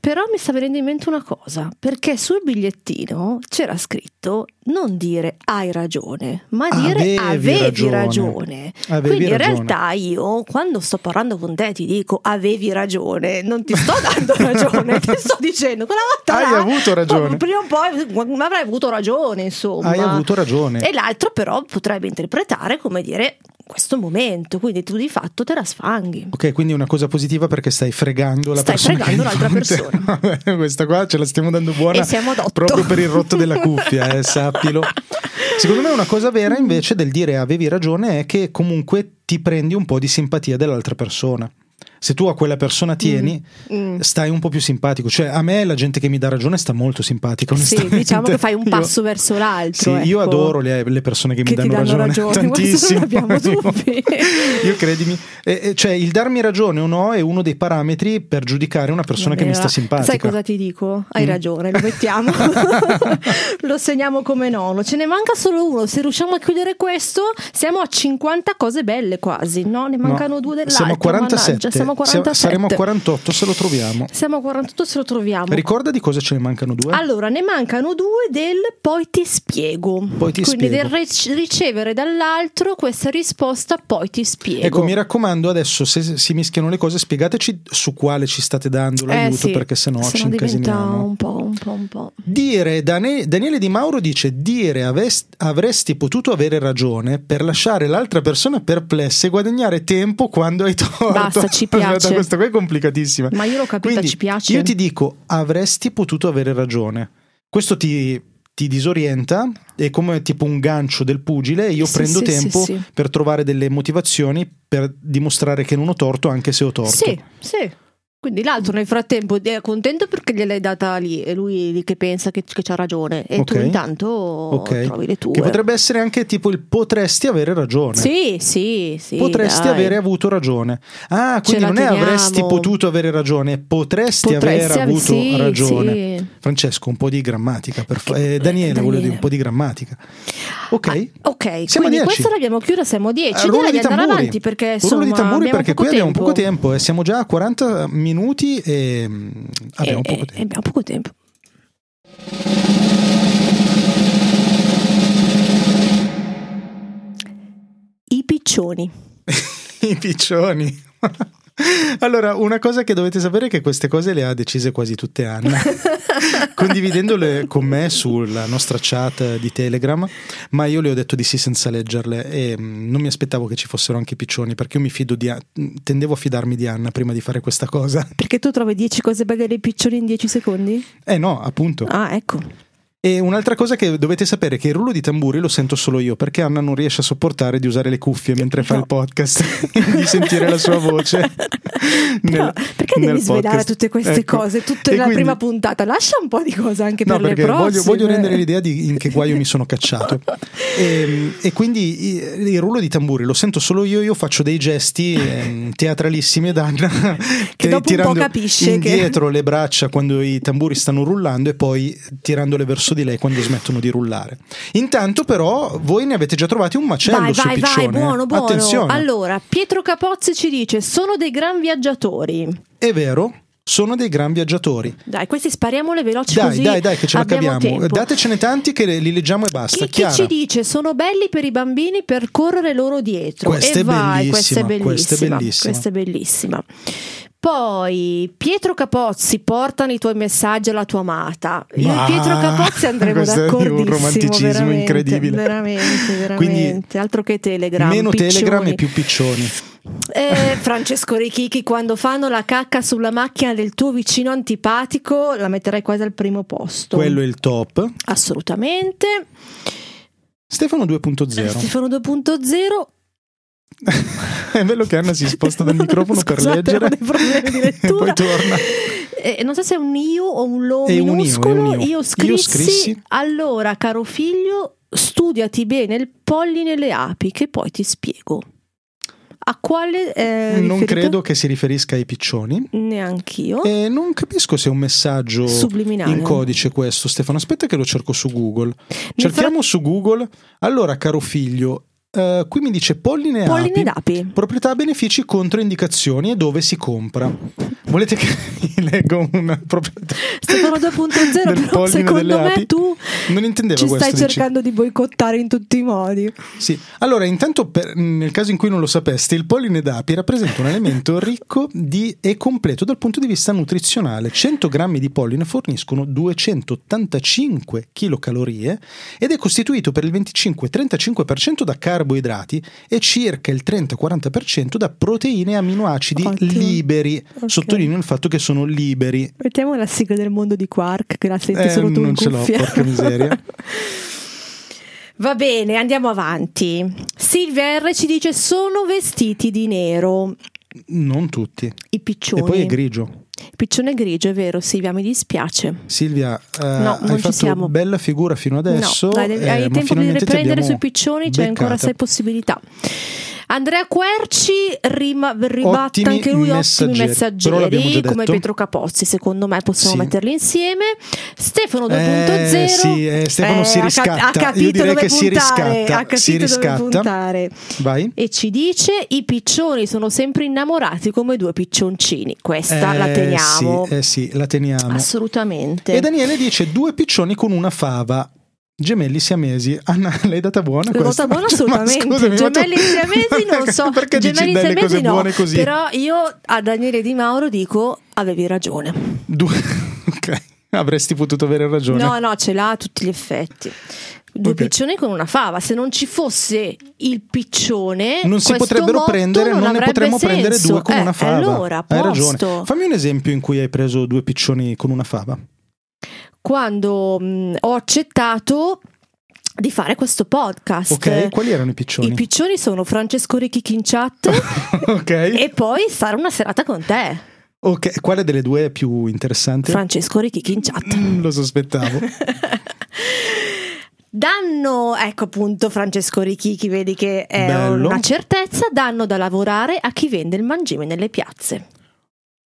Speaker 3: Però mi sta venendo in mente una cosa, perché sul bigliettino c'era scritto non dire hai ragione, ma dire
Speaker 4: Ah, Avevi
Speaker 3: avevi,
Speaker 4: ragione.
Speaker 3: ragione.
Speaker 4: Avevi
Speaker 3: Quindi in
Speaker 4: ragione.
Speaker 3: realtà io quando sto parlando con te ti dico avevi ragione, non ti sto dando ragione, ti sto dicendo quella volta
Speaker 4: Hai
Speaker 3: là,
Speaker 4: avuto ragione.
Speaker 3: Prima o poi ma avrai avuto ragione, insomma.
Speaker 4: Hai avuto ragione.
Speaker 3: E l'altro però potrebbe interpretare come dire questo momento, quindi tu di fatto te la sfanghi.
Speaker 4: Ok, quindi una cosa positiva perché stai fregando la
Speaker 3: Stai
Speaker 4: persona. che
Speaker 3: fregando
Speaker 4: hai di
Speaker 3: un'altra
Speaker 4: fronte. Vabbè, Questa qua ce la stiamo dando buona
Speaker 3: E siamo ad otto.
Speaker 4: proprio per il rotto della cuffia, eh, sappilo. Secondo me una cosa vera invece del dire avevi ragione è che comunque ti prendi un po' di simpatia dell'altra persona. Se tu a quella persona tieni,
Speaker 3: Mm.
Speaker 4: stai un po' più simpatico. Cioè, a me la gente che mi dà ragione sta molto simpatica.
Speaker 3: Sì,
Speaker 4: onestamente.
Speaker 3: diciamo che fai un
Speaker 4: Io-
Speaker 3: passo verso l'altro.
Speaker 4: Sì, io
Speaker 3: ecco.
Speaker 4: adoro le, le persone che,
Speaker 3: Che
Speaker 4: mi
Speaker 3: ti
Speaker 4: danno,
Speaker 3: danno
Speaker 4: ragione,
Speaker 3: ragione, questo
Speaker 4: tantissimo.
Speaker 3: non abbiamo dubbi.
Speaker 4: Io credimi, eh, eh, cioè il darmi ragione o no è uno dei parametri per giudicare una persona che mi sta
Speaker 3: Allora,
Speaker 4: simpatica.
Speaker 3: Sai cosa ti dico? Hai
Speaker 4: Mm.
Speaker 3: ragione, lo mettiamo. lo segniamo come nono. Ce ne manca solo uno. Se riusciamo a chiudere questo, siamo a 50 cose belle quasi. No, ne
Speaker 4: No,
Speaker 3: mancano due dell'altro.
Speaker 4: Siamo a 47.
Speaker 3: mannaggia, siamo a
Speaker 4: Siamo-
Speaker 3: 47.
Speaker 4: Saremo a 48 se lo troviamo.
Speaker 3: Siamo a 48 se lo troviamo.
Speaker 4: Ricorda di cosa ce ne mancano due?
Speaker 3: Allora, ne mancano due del poi ti spiego.
Speaker 4: Poi ti
Speaker 3: Quindi
Speaker 4: spiego.
Speaker 3: del ric- ricevere dall'altro questa risposta poi ti spiego.
Speaker 4: Ecco, mi raccomando, adesso se si mischiano le cose, spiegateci su quale ci state dando
Speaker 3: Eh,
Speaker 4: l'aiuto,
Speaker 3: sì,
Speaker 4: perché sennò ci
Speaker 3: diventa
Speaker 4: incasiniamo.
Speaker 3: un po', un po', un po'.
Speaker 4: Dire, Dane- Daniele Di Mauro dice: Dire aves- avresti potuto avere ragione per lasciare l'altra persona perplessa e guadagnare tempo quando hai torto.
Speaker 3: Basta, ci
Speaker 4: Aspetta,
Speaker 3: piace.
Speaker 4: questa qua è complicatissima.
Speaker 3: Ma io l'ho capita,
Speaker 4: Quindi,
Speaker 3: ci piace.
Speaker 4: Io ti dico: avresti potuto avere ragione. Questo ti, ti disorienta, è come tipo un gancio del pugile. e Io
Speaker 3: Sì,
Speaker 4: prendo
Speaker 3: sì,
Speaker 4: tempo
Speaker 3: sì, sì.
Speaker 4: per trovare delle motivazioni per dimostrare che non ho torto, anche se ho torto.
Speaker 3: Sì, sì. Quindi l'altro nel frattempo è contento perché gliel'hai data lì e lui lì che pensa che, che c'ha ragione e
Speaker 4: Ok.
Speaker 3: tu intanto
Speaker 4: Ok.
Speaker 3: trovi le tue.
Speaker 4: Che potrebbe essere anche tipo il potresti avere ragione.
Speaker 3: Sì, sì, sì.
Speaker 4: Potresti
Speaker 3: dai.
Speaker 4: avere avuto ragione. Ah,
Speaker 3: Ce
Speaker 4: quindi
Speaker 3: la
Speaker 4: non è
Speaker 3: teniamo.
Speaker 4: avresti potuto avere ragione, potresti,
Speaker 3: Potresti
Speaker 4: aver
Speaker 3: av-
Speaker 4: avuto
Speaker 3: sì,
Speaker 4: ragione.
Speaker 3: sì.
Speaker 4: Francesco, un po' di grammatica, per fa- eh, Daniele,
Speaker 3: Daniele. Ah,
Speaker 4: volevo dire un po' di grammatica. Ok.
Speaker 3: Ok,
Speaker 4: Siamo a
Speaker 3: quindi
Speaker 4: 10.
Speaker 3: questa l'abbiamo chiusa, siamo a 10.
Speaker 4: Rullo
Speaker 3: Direi di
Speaker 4: di
Speaker 3: andare
Speaker 4: tamburi.
Speaker 3: avanti perché
Speaker 4: Rullo
Speaker 3: insomma,
Speaker 4: di tamburi
Speaker 3: abbiamo
Speaker 4: perché
Speaker 3: poco
Speaker 4: qui abbiamo
Speaker 3: tempo.
Speaker 4: poco tempo e siamo già a 40 minuti e mm, abbiamo
Speaker 3: Eh,
Speaker 4: poco
Speaker 3: eh,
Speaker 4: tempo.
Speaker 3: abbiamo poco tempo. I piccioni.
Speaker 4: I piccioni. Allora, una cosa che dovete sapere è che queste cose le ha decise quasi tutte Anna, condividendole con me sulla nostra chat di Telegram, ma io le ho detto di sì senza leggerle e mh, non mi aspettavo che ci fossero anche i piccioni, perché io mi fido di An- tendevo a fidarmi di Anna prima di fare questa cosa.
Speaker 3: Perché tu trovi 10 cose belle dei piccioni in 10 secondi?
Speaker 4: Eh no, appunto.
Speaker 3: Ah, ecco.
Speaker 4: E un'altra cosa che dovete sapere è che il rullo di tamburi lo sento solo io, perché Anna non riesce a sopportare di usare le cuffie mentre fa il podcast, di sentire la sua voce.
Speaker 3: Però, perché devi svelare tutte queste cose, tutte
Speaker 4: la
Speaker 3: la prima puntata? Lascia un po' di cose anche
Speaker 4: Ecco. No,
Speaker 3: per le
Speaker 4: perché
Speaker 3: prossime.
Speaker 4: voglio, voglio rendere l'idea di in che guaio mi sono cacciato. Ehm, E, quindi i- il rullo di tamburi lo sento solo io, io faccio dei gesti ehm, teatralissimi ed Anna
Speaker 3: Che dopo un po'
Speaker 4: tirando
Speaker 3: capisce che-
Speaker 4: indietro le braccia quando i tamburi stanno rullando e poi tirandole verso di lei quando smettono di rullare. Intanto però voi ne avete già trovati un macello
Speaker 3: Vai,
Speaker 4: sul
Speaker 3: vai,
Speaker 4: piccione. eh.
Speaker 3: vai, buono, buono.
Speaker 4: Attenzione.
Speaker 3: Allora, Pietro Capozzi ci dice: Sono dei gran viaggiatori.
Speaker 4: È vero, sono dei gran viaggiatori.
Speaker 3: Dai, questi spariamole veloci
Speaker 4: Dai,
Speaker 3: così.
Speaker 4: dai, dai, che ce la
Speaker 3: abbiamo
Speaker 4: caviamo.
Speaker 3: tempo.
Speaker 4: Datecene tanti che li leggiamo e basta.
Speaker 3: Chi, chi
Speaker 4: Chiara.
Speaker 3: ci dice sono belli per i bambini per correre loro dietro?
Speaker 4: Questa
Speaker 3: e
Speaker 4: è
Speaker 3: vai, questa è
Speaker 4: bellissima,
Speaker 3: bellissima.
Speaker 4: questa è bellissima.
Speaker 3: questa è bellissima. Poi Pietro Capozzi, portano i tuoi messaggi alla tua amata. Io
Speaker 4: Ma-
Speaker 3: e Pietro Capozzi andremo
Speaker 4: questo è di un
Speaker 3: d'accordissimo.
Speaker 4: romanticismo
Speaker 3: veramente,
Speaker 4: incredibile.
Speaker 3: Veramente, veramente.
Speaker 4: Quindi,
Speaker 3: Altro che Telegram.
Speaker 4: Meno
Speaker 3: piccioni.
Speaker 4: Telegram e più piccioni.
Speaker 3: Eh, Francesco Richichi, quando fanno la cacca sulla macchina del tuo vicino antipatico, la metterei quasi al primo posto.
Speaker 4: Quello è il top.
Speaker 3: Assolutamente.
Speaker 4: Stefano 2.0.
Speaker 3: Stefano 2.0
Speaker 4: è bello che Anna si sposta dal microfono per
Speaker 3: Scusate, ho
Speaker 4: leggere.
Speaker 3: dei problemi di
Speaker 4: e poi
Speaker 3: lettura.
Speaker 4: torna.
Speaker 3: eh, non so se è un io o un lo
Speaker 4: È un io,
Speaker 3: minuscolo,
Speaker 4: è un
Speaker 3: io,
Speaker 4: io. Io
Speaker 3: scrissi,
Speaker 4: scrissi.
Speaker 3: allora caro figlio studiati bene il polline e le api che poi ti spiego. A quale eh,
Speaker 4: non
Speaker 3: riferito?
Speaker 4: credo che si riferisca ai piccioni.
Speaker 3: neanch'io.
Speaker 4: E non capisco se è un messaggio
Speaker 3: Oh. Subliminale.
Speaker 4: oh, in codice questo, Stefano. Aspetta che lo cerco su Google. Cerchiamo su Google. Allora, caro figlio, eh, qui mi dice polline, e
Speaker 3: Polline
Speaker 4: api,
Speaker 3: d'api.
Speaker 4: Proprietà, benefici, controindicazioni e dove si compra. Volete che vi leggo una proprietà
Speaker 3: Stefano 2.0
Speaker 4: del
Speaker 3: però
Speaker 4: polline delle
Speaker 3: secondo me
Speaker 4: api?
Speaker 3: tu
Speaker 4: Non intendevo
Speaker 3: ci
Speaker 4: questo,
Speaker 3: stai
Speaker 4: dici?
Speaker 3: cercando di boicottare in tutti i modi.
Speaker 4: Sì, allora intanto per- nel caso in cui non lo sapeste, il polline d'api rappresenta un elemento ricco di- e completo dal punto di vista nutrizionale. 100 grammi di polline forniscono 285 kcal ed è costituito per il 25-35% da carboidrati e circa il 30-40% da proteine e aminoacidi
Speaker 3: Ottimo.
Speaker 4: liberi.
Speaker 3: Ok.
Speaker 4: Sottolineo il fatto che sono liberi.
Speaker 3: Mettiamo la sigla del mondo di Quark che la senti
Speaker 4: Eh,
Speaker 3: solo tu in
Speaker 4: non ce l'ho,
Speaker 3: cuffia.
Speaker 4: porca miseria.
Speaker 3: Va bene, andiamo avanti. Silvia R ci dice sono vestiti di nero.
Speaker 4: Non tutti.
Speaker 3: I piccioni.
Speaker 4: E poi è grigio.
Speaker 3: Il piccione grigio, è vero, Silvia, mi dispiace.
Speaker 4: Silvia, eh,
Speaker 3: non ci
Speaker 4: hai fatto
Speaker 3: siamo.
Speaker 4: bella figura fino adesso.
Speaker 3: no, dai,
Speaker 4: eh,
Speaker 3: hai
Speaker 4: ma
Speaker 3: tempo di
Speaker 4: finalmente ti
Speaker 3: riprendere
Speaker 4: abbiamo
Speaker 3: sui piccioni, c'è ancora
Speaker 4: beccata.
Speaker 3: sei possibilità. Andrea Querci rima- ribatte
Speaker 4: Ottimi
Speaker 3: anche lui ottimi
Speaker 4: messaggeri, però l'abbiamo
Speaker 3: messaggeri
Speaker 4: già
Speaker 3: come
Speaker 4: detto.
Speaker 3: Pietro Capozzi, secondo me possiamo
Speaker 4: Sì.
Speaker 3: metterli insieme. Stefano 2.0
Speaker 4: Eh, sì, eh, Stefano si
Speaker 3: ha cap-
Speaker 4: riscatta.
Speaker 3: ha
Speaker 4: Io
Speaker 3: capito
Speaker 4: direi
Speaker 3: dove
Speaker 4: che si
Speaker 3: puntare,
Speaker 4: riscatta,
Speaker 3: ha capito
Speaker 4: si riscatta.
Speaker 3: dove puntare.
Speaker 4: Vai.
Speaker 3: E ci dice i piccioni sono sempre innamorati come due piccioncini. Questa
Speaker 4: Eh,
Speaker 3: la teniamo.
Speaker 4: Sì, eh sì, la teniamo.
Speaker 3: Assolutamente.
Speaker 4: E Daniele dice due piccioni con una fava. Gemelli siamesi. Anna, l'hai data buona
Speaker 3: L'ho
Speaker 4: questa?
Speaker 3: data buona
Speaker 4: Ma
Speaker 3: assolutamente.
Speaker 4: scusami, ma tu-
Speaker 3: gemelli siamesi non so,
Speaker 4: Perché
Speaker 3: gemelli
Speaker 4: dici delle
Speaker 3: siamesi
Speaker 4: cose
Speaker 3: no,
Speaker 4: buone così?
Speaker 3: Però io a Daniele Di Mauro dico avevi ragione.
Speaker 4: Due- ok, avresti potuto avere ragione.
Speaker 3: No, eh, no, ce l'ha a tutti gli effetti. Due
Speaker 4: Ok.
Speaker 3: piccioni con una fava, se non ci fosse il piccione,
Speaker 4: non si
Speaker 3: questo
Speaker 4: potrebbero
Speaker 3: motto
Speaker 4: prendere, non, ne
Speaker 3: avrebbe
Speaker 4: potremmo
Speaker 3: senso.
Speaker 4: prendere due con
Speaker 3: Eh,
Speaker 4: una fava.
Speaker 3: Allora, a
Speaker 4: hai
Speaker 3: posto.
Speaker 4: ragione. Fammi un esempio in cui hai preso due piccioni con una fava.
Speaker 3: Quando mh, ho accettato di fare questo podcast.
Speaker 4: Ok, quali erano i piccioni?
Speaker 3: I piccioni sono Francesco Ricchi in chat
Speaker 4: ok.
Speaker 3: e poi stare una serata con te.
Speaker 4: Ok, quale delle due è più interessante?
Speaker 3: Francesco Ricchi in chat.
Speaker 4: Mm, Lo sospettavo.
Speaker 3: Danno, ecco appunto Francesco Richichi, vedi che è
Speaker 4: Bello.
Speaker 3: una certezza, danno da lavorare a chi vende il mangime nelle piazze.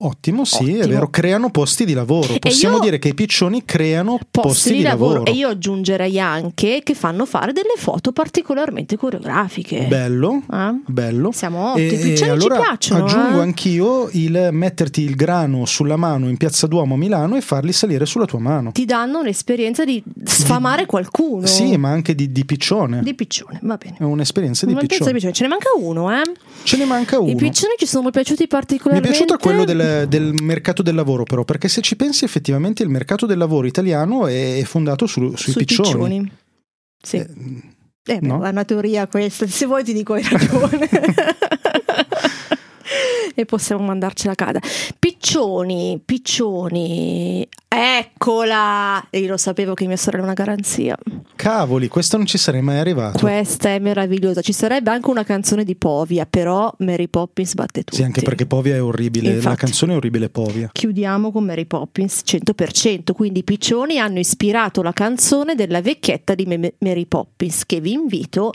Speaker 4: Ottimo, sì, è
Speaker 3: Ottimo.
Speaker 4: vero. Creano posti di lavoro. Possiamo
Speaker 3: io-
Speaker 4: dire che i piccioni creano posti,
Speaker 3: Posti,
Speaker 4: di, lavoro.
Speaker 3: e io aggiungerei anche che fanno fare delle foto particolarmente coreografiche.
Speaker 4: Bello.
Speaker 3: Eh?
Speaker 4: Bello.
Speaker 3: Siamo ottimi, i
Speaker 4: E- e
Speaker 3: piccioni
Speaker 4: allora
Speaker 3: ci piacciono.
Speaker 4: Aggiungo
Speaker 3: eh?
Speaker 4: anch'io il metterti il grano sulla mano in Piazza Duomo a Milano e farli salire sulla tua mano.
Speaker 3: Ti danno un'esperienza di sfamare qualcuno.
Speaker 4: Sì, ma anche di, di piccione.
Speaker 3: Di piccione, va bene.
Speaker 4: È un'esperienza di
Speaker 3: Non penso
Speaker 4: piccione.
Speaker 3: di piccione, ce ne manca uno, eh.
Speaker 4: Ce ne manca uno.
Speaker 3: I piccioni ci sono piaciuti
Speaker 4: Mi è
Speaker 3: particolarmente.
Speaker 4: piaciuto quello del, del mercato del lavoro, però, perché se ci pensi effettivamente il mercato del lavoro italiano è è fondato su- sui,
Speaker 3: sui
Speaker 4: piccioni.
Speaker 3: piccioni. Sì.
Speaker 4: Eh,
Speaker 3: Eh, beh,
Speaker 4: No?
Speaker 3: È una teoria questa, se vuoi ti dico hai ragione. e possiamo mandarcela a casa. Piccioni, piccioni. Eccola! E Io lo sapevo che mia sorella è una garanzia.
Speaker 4: Cavoli, questo non ci sarei mai arrivato.
Speaker 3: Questa è meravigliosa. Ci sarebbe anche una canzone di Povia, però Mary Poppins batte tutti.
Speaker 4: Sì, anche perché Povia è orribile, la
Speaker 3: Infatti.
Speaker 4: canzone è orribile Povia.
Speaker 3: Chiudiamo con Mary Poppins 100%, quindi i piccioni hanno ispirato la canzone della vecchietta di Me- Mary Poppins che vi invito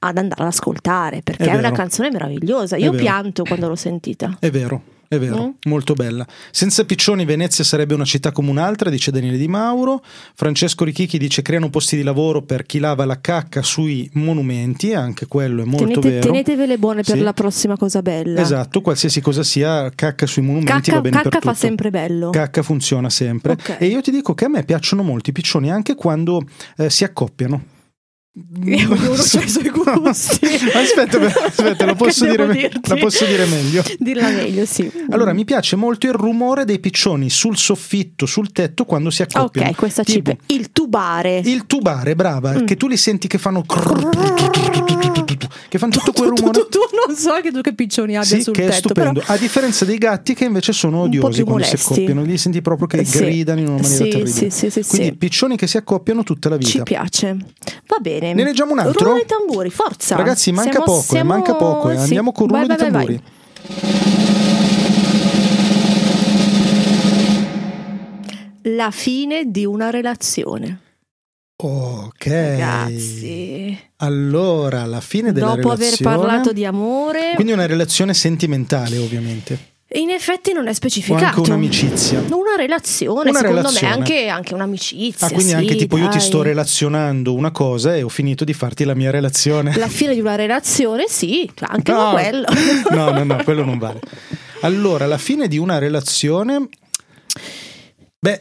Speaker 3: ad andare ad ascoltare perché
Speaker 4: È
Speaker 3: è, una
Speaker 4: vero.
Speaker 3: canzone meravigliosa.
Speaker 4: È
Speaker 3: Io
Speaker 4: vero.
Speaker 3: pianto quando l'ho sentita.
Speaker 4: È vero, è vero,
Speaker 3: Mm.
Speaker 4: molto bella. Senza piccioni Venezia sarebbe una città come un'altra, dice Daniele Di Mauro. Francesco Richichi dice creano posti di lavoro per chi lava la cacca sui monumenti, anche quello è molto
Speaker 3: Tenete-
Speaker 4: vero.
Speaker 3: tenetevele buone per
Speaker 4: Sì.
Speaker 3: la prossima cosa bella.
Speaker 4: Esatto, qualsiasi cosa sia, cacca sui monumenti
Speaker 3: Cacca,
Speaker 4: va bene
Speaker 3: cacca
Speaker 4: per
Speaker 3: fa
Speaker 4: tutto.
Speaker 3: sempre bello.
Speaker 4: Cacca funziona sempre.
Speaker 3: Ok.
Speaker 4: E io ti dico che a me piacciono molto i piccioni anche quando eh, si accoppiano.
Speaker 3: Io ognuno ha i suoi gusti.
Speaker 4: aspetta, beh, aspetta, lo
Speaker 3: Che
Speaker 4: posso dire
Speaker 3: devo
Speaker 4: me-
Speaker 3: dirti?
Speaker 4: la posso dire meglio.
Speaker 3: Dirla meglio, sì.
Speaker 4: Allora, mi piace molto il rumore dei piccioni sul soffitto, sul tetto quando si accoppiano.
Speaker 3: Ok, questa Mm.
Speaker 4: Tipo,
Speaker 3: chip. Il tubare.
Speaker 4: Il tubare, brava, che tu li senti che fanno che fanno tutto quel
Speaker 3: tu,
Speaker 4: rumore.
Speaker 3: tu- tu non so che tu che piccioni abbia
Speaker 4: Sì,
Speaker 3: sul
Speaker 4: che è
Speaker 3: tetto,
Speaker 4: stupendo.
Speaker 3: però
Speaker 4: A differenza dei gatti che invece sono
Speaker 3: Un po'
Speaker 4: odiosi
Speaker 3: più
Speaker 4: quando si
Speaker 3: molesti. Eh,
Speaker 4: accoppiano, li senti proprio che
Speaker 3: Sì.
Speaker 4: gridano in una maniera
Speaker 3: Sì, sì,
Speaker 4: terribile.
Speaker 3: sì, sì, sì.
Speaker 4: Quindi piccioni che si accoppiano tutta la vita.
Speaker 3: Ci piace. Va bene.
Speaker 4: Ne leggiamo un altro?
Speaker 3: Rullo di tamburi, forza.
Speaker 4: Ragazzi, manca
Speaker 3: Siamo-
Speaker 4: poco, eh,
Speaker 3: siamo-
Speaker 4: manca poco. eh.
Speaker 3: sì.
Speaker 4: Andiamo con
Speaker 3: Vai,
Speaker 4: rullo di
Speaker 3: vai, vai,
Speaker 4: tamburi.
Speaker 3: vai. la fine di una relazione.
Speaker 4: Ok.
Speaker 3: Ragazzi.
Speaker 4: Allora, alla fine della
Speaker 3: Dopo aver
Speaker 4: relazione...
Speaker 3: parlato di amore,
Speaker 4: Quindi una relazione sentimentale, ovviamente.
Speaker 3: in effetti non è
Speaker 4: O
Speaker 3: specificato.
Speaker 4: anche un'amicizia. Ah,
Speaker 3: Una relazione,
Speaker 4: Una
Speaker 3: secondo
Speaker 4: relazione.
Speaker 3: me, anche, anche un'amicizia.
Speaker 4: Ah, quindi
Speaker 3: sì,
Speaker 4: anche tipo io ti
Speaker 3: dai.
Speaker 4: sto relazionando una cosa e ho finito di farti la mia relazione.
Speaker 3: La fine di una relazione, sì, anche
Speaker 4: No.
Speaker 3: quello.
Speaker 4: No, no, no, quello non vale. Allora, la fine di una relazione... Beh,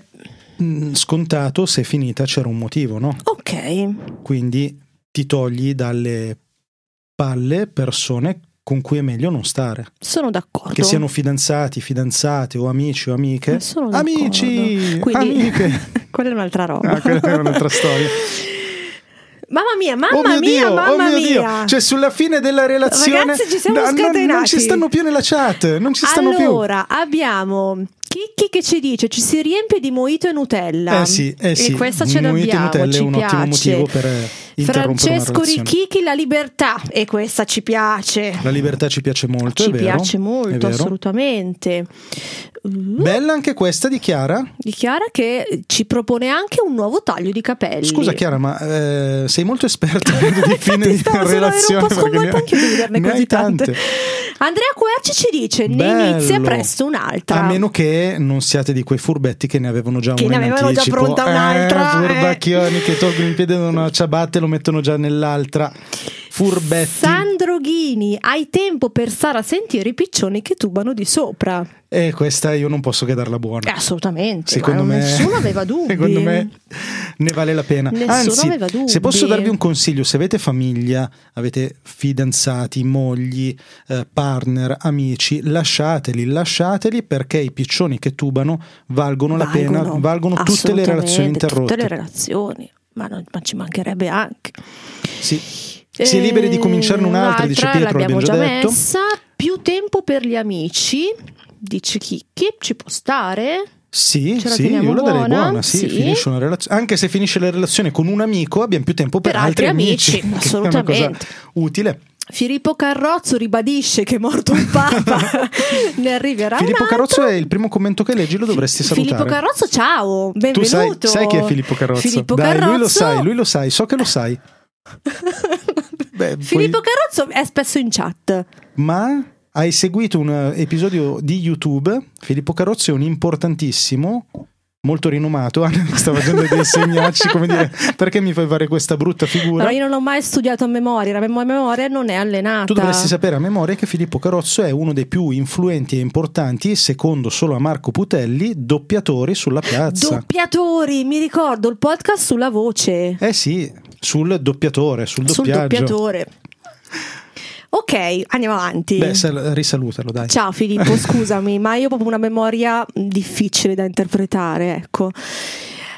Speaker 4: mh, scontato, se è finita c'era un motivo, no?
Speaker 3: Ok.
Speaker 4: Quindi ti togli dalle palle persone con cui è meglio non stare.
Speaker 3: Sono d'accordo.
Speaker 4: Che siano fidanzati, fidanzate o amici o amiche.
Speaker 3: Sono d'accordo.
Speaker 4: Amici!
Speaker 3: Quindi-
Speaker 4: Amiche!
Speaker 3: Quella è un'altra roba.
Speaker 4: Ah, quella è un'altra storia.
Speaker 3: Mamma mia, mamma
Speaker 4: oh mio
Speaker 3: mia,
Speaker 4: Dio,
Speaker 3: mamma
Speaker 4: oh mio
Speaker 3: mia.
Speaker 4: Dio. Cioè, sulla fine della relazione.
Speaker 3: Ragazzi, ci siamo
Speaker 4: No, non- non,
Speaker 3: scatenati.
Speaker 4: ci stanno più nella chat. Non ci stanno
Speaker 3: allora, abbiamo Chicchi che ci dice ci si riempie di moito e Nutella.
Speaker 4: più. Eh sì, eh sì.
Speaker 3: E questa ce
Speaker 4: Mojito
Speaker 3: l'abbiamo,
Speaker 4: Nutella
Speaker 3: ci
Speaker 4: è un
Speaker 3: piace.
Speaker 4: ottimo motivo per eh, interrompere una
Speaker 3: Francesco
Speaker 4: relazione.
Speaker 3: Ricchichi, la libertà. E questa ci piace.
Speaker 4: La libertà ci piace molto,
Speaker 3: ci
Speaker 4: è vero. Mm,
Speaker 3: piace
Speaker 4: è
Speaker 3: molto,
Speaker 4: vero.
Speaker 3: assolutamente. Mm,
Speaker 4: Bella anche questa di Chiara.
Speaker 3: Dichiara che ci propone anche un nuovo taglio di capelli.
Speaker 4: Scusa Chiara, ma eh, sei molto esperta di fine di
Speaker 3: Stavo solo- ero
Speaker 4: relazione.
Speaker 3: un po' sconvolta anche
Speaker 4: perché ne-
Speaker 3: di vederne
Speaker 4: ne hai
Speaker 3: così tante.
Speaker 4: tante.
Speaker 3: Andrea Querci ci dice ne
Speaker 4: Bello.
Speaker 3: inizia presto un'altra.
Speaker 4: A meno che non siate di quei furbetti che ne avevano già
Speaker 3: Che
Speaker 4: una
Speaker 3: ne
Speaker 4: in
Speaker 3: avevano già
Speaker 4: anticipo.
Speaker 3: pronta un'altra,
Speaker 4: Eh,
Speaker 3: eh.
Speaker 4: furbacchioni che tolgono il piede da una ciabatta e lo mettono già nell'altra. Furbetti.
Speaker 3: Sandro Ghini, hai tempo per stare a sentire i piccioni che tubano di sopra?
Speaker 4: E Eh, questa io non posso che darla buona.
Speaker 3: Eh, assolutamente.
Speaker 4: Secondo
Speaker 3: ma
Speaker 4: me,
Speaker 3: Eh, Nessuno aveva dubbi.
Speaker 4: Secondo me ne vale la pena.
Speaker 3: Nessuno
Speaker 4: Anzi,
Speaker 3: aveva dubbi.
Speaker 4: se posso darvi un consiglio, se avete famiglia, avete fidanzati, mogli, eh, partner, amici, lasciateli, lasciateli perché i piccioni che tubano valgono, la pena, valgono tutte le
Speaker 3: assolutamente,
Speaker 4: relazioni
Speaker 3: Tutte
Speaker 4: interrotte.
Speaker 3: le relazioni, ma, non- ma ci mancherebbe anche.
Speaker 4: Sì. Si è liberi di
Speaker 3: Eh,
Speaker 4: cominciarne un'altra, dice Pietro, l'abbiamo
Speaker 3: l'abbiamo
Speaker 4: già
Speaker 3: già
Speaker 4: detto.
Speaker 3: messa. Più tempo per gli amici, dice Chicchi, ci può stare?
Speaker 4: Sì,
Speaker 3: Ce la
Speaker 4: sì,
Speaker 3: teniamo
Speaker 4: io la darei
Speaker 3: buona?
Speaker 4: buona, sì,
Speaker 3: Sì.
Speaker 4: finisce una relazione. Anche se finisce la relazione con un amico, abbiamo più tempo per,
Speaker 3: Per altri amici,
Speaker 4: che è una
Speaker 3: assolutamente.
Speaker 4: cosa utile.
Speaker 3: Filippo Carrozzo ribadisce che è morto il Papa, ne arriverà un
Speaker 4: Filippo
Speaker 3: altro.
Speaker 4: Carrozzo è il primo commento che leggi, lo dovresti salutare.
Speaker 3: Filippo Carrozzo, ciao, benvenuto.
Speaker 4: tu sai, sai chi è Filippo Carrozzo?
Speaker 3: Filippo
Speaker 4: Dai, lui lo
Speaker 3: Carrozzo-
Speaker 4: sai, lui lo sai, so che lo sai. Beh,
Speaker 3: Filippo
Speaker 4: poi-
Speaker 3: Carrozzo è spesso in chat.
Speaker 4: ma hai seguito un eh, episodio di YouTube? Filippo Carrozzo è un importantissimo, molto rinomato. Anna mi sta facendo dei segnacci, come dire, perché mi fai fare questa brutta figura?
Speaker 3: Allora, io non l'ho mai studiato a memoria, la mia memoria non è allenata.
Speaker 4: Tu dovresti sapere a memoria che Filippo Carrozzo è uno dei più influenti e importanti, secondo solo a Marco Putelli, doppiatori sulla piazza.
Speaker 3: Doppiatori, mi ricordo il podcast sulla voce,
Speaker 4: eh sì, sul doppiatore, sul
Speaker 3: sul
Speaker 4: doppiaggio.
Speaker 3: doppiatore. Ok, andiamo avanti.
Speaker 4: Beh, sal- risalutalo, dai.
Speaker 3: Ciao Filippo, scusami, ma io ho proprio una memoria difficile da interpretare, ecco.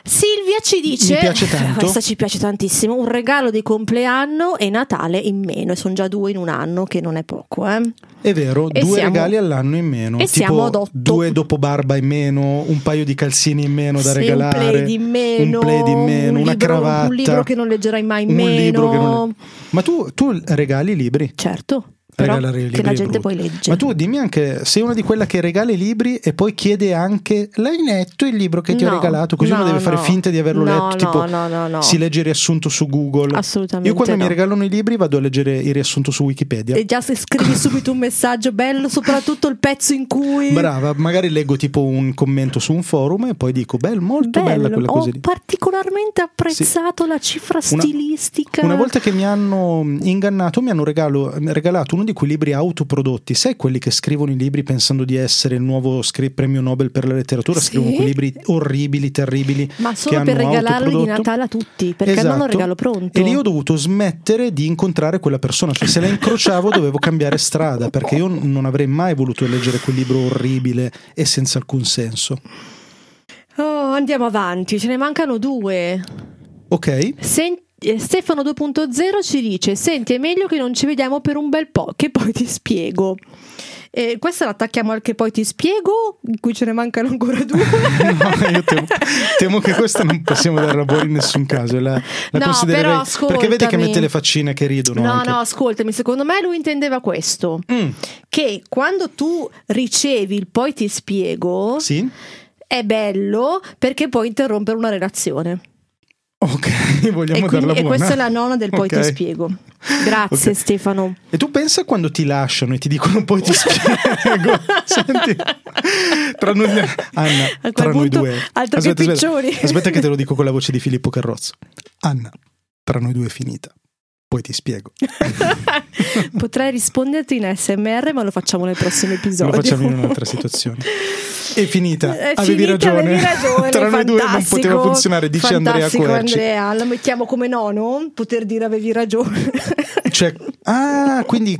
Speaker 3: Silvia ci dice:
Speaker 4: Mi piace tanto.
Speaker 3: Questa ci piace tantissimo. Un regalo di compleanno e Natale in meno, e sono già due in un anno, che non è poco, eh.
Speaker 4: È vero,
Speaker 3: E
Speaker 4: due
Speaker 3: siamo-
Speaker 4: regali all'anno in meno.
Speaker 3: e
Speaker 4: tipo
Speaker 3: siamo ad otto.
Speaker 4: due dopo barba in meno, un paio di calzini in meno da
Speaker 3: Sì,
Speaker 4: regalare.
Speaker 3: Un plaid in meno,
Speaker 4: un plaid in meno,
Speaker 3: un
Speaker 4: una
Speaker 3: libro,
Speaker 4: cravatta.
Speaker 3: Un libro che non leggerai mai in
Speaker 4: un
Speaker 3: meno.
Speaker 4: libro che non- Ma tu, tu regali i libri?
Speaker 3: Certo, però
Speaker 4: Regalare i libri
Speaker 3: che la
Speaker 4: è
Speaker 3: gente
Speaker 4: brutto.
Speaker 3: poi legge.
Speaker 4: Ma tu dimmi anche, sei una di quella che regala i libri e poi chiede anche, l'hai letto il libro che ti ho
Speaker 3: No,
Speaker 4: regalato? Così
Speaker 3: no,
Speaker 4: uno deve fare
Speaker 3: no.
Speaker 4: finta di averlo
Speaker 3: No,
Speaker 4: letto,
Speaker 3: no,
Speaker 4: tipo
Speaker 3: no, no, no.
Speaker 4: si legge il riassunto su Google.
Speaker 3: Assolutamente
Speaker 4: Io quando
Speaker 3: no.
Speaker 4: mi regalano i libri vado a leggere il riassunto su Wikipedia.
Speaker 3: E già se scrivi subito un messaggio bello, soprattutto il pezzo in cui.
Speaker 4: Brava, magari leggo tipo un commento su un forum e poi dico, bel, molto bella
Speaker 3: Bello,
Speaker 4: quella
Speaker 3: ho
Speaker 4: cosa lì.
Speaker 3: particolarmente apprezzato la cifra
Speaker 4: Una-
Speaker 3: stilistica.
Speaker 4: Una volta che mi hanno mm, ingannato, mi hanno regalo- mm, regalato uno di quei libri autoprodotti. Sai quelli che scrivono i libri pensando di essere il nuovo scri- premio Nobel per la letteratura?
Speaker 3: Sì.
Speaker 4: Scrivono quei libri orribili, terribili.
Speaker 3: Ma
Speaker 4: che
Speaker 3: solo per
Speaker 4: hanno
Speaker 3: regalarli di
Speaker 4: autoprodotto.
Speaker 3: Natale a tutti, perché non
Speaker 4: Esatto.
Speaker 3: ho il regalo pronto.
Speaker 4: E lì ho dovuto smettere di incontrare quella persona, cioè se la incrociavo dovevo cambiare strada perché io n- non avrei mai voluto leggere quel libro orribile e senza alcun senso.
Speaker 3: Oh, andiamo avanti, ce ne mancano due.
Speaker 4: Ok?
Speaker 3: Sen- eh, Stefano 2.0 ci dice: Senti, è meglio che non ci vediamo per un bel po', che poi ti spiego. Eh, questa l'attacchiamo al che poi ti spiego, in cui ce ne mancano ancora due.
Speaker 4: No, io temo, temo che questa non possiamo darla buona in nessun caso. La, la
Speaker 3: No,
Speaker 4: considererei-
Speaker 3: però
Speaker 4: perché vedi che
Speaker 3: ascoltami.
Speaker 4: mette le faccine che ridono.
Speaker 3: No,
Speaker 4: anche.
Speaker 3: no, ascoltami, secondo me lui intendeva questo,
Speaker 4: Mm,
Speaker 3: che quando tu ricevi il poi ti spiego,
Speaker 4: sì,
Speaker 3: è bello perché può interrompere una relazione.
Speaker 4: Ok, vogliamo
Speaker 3: e, quindi-
Speaker 4: darla
Speaker 3: e
Speaker 4: buona.
Speaker 3: questa è la nona del poi
Speaker 4: Ok.
Speaker 3: ti spiego. Grazie
Speaker 4: Ok.
Speaker 3: Stefano.
Speaker 4: E tu pensa quando ti lasciano e ti dicono poi ti spiego. Senti, tra noi, Anna,
Speaker 3: quel
Speaker 4: tra noi
Speaker 3: punto,
Speaker 4: due.
Speaker 3: altro che piccioni.
Speaker 4: Aspetta, aspetta che te lo dico con la voce di Filippo Carrozzo. Anna, tra noi due è finita. Poi ti spiego.
Speaker 3: Potrei risponderti in SMR, ma lo facciamo nel prossimo episodio.
Speaker 4: Lo facciamo in un'altra situazione. È finita.
Speaker 3: È
Speaker 4: avevi,
Speaker 3: finita,
Speaker 4: ragione.
Speaker 3: Eh, avevi ragione,
Speaker 4: tra noi due non
Speaker 3: fantastico,
Speaker 4: poteva funzionare, dice Andrea
Speaker 3: fantastico,
Speaker 4: Querci.
Speaker 3: Andrea, la mettiamo come nono, poter dire avevi ragione.
Speaker 4: Cioè, ah, quindi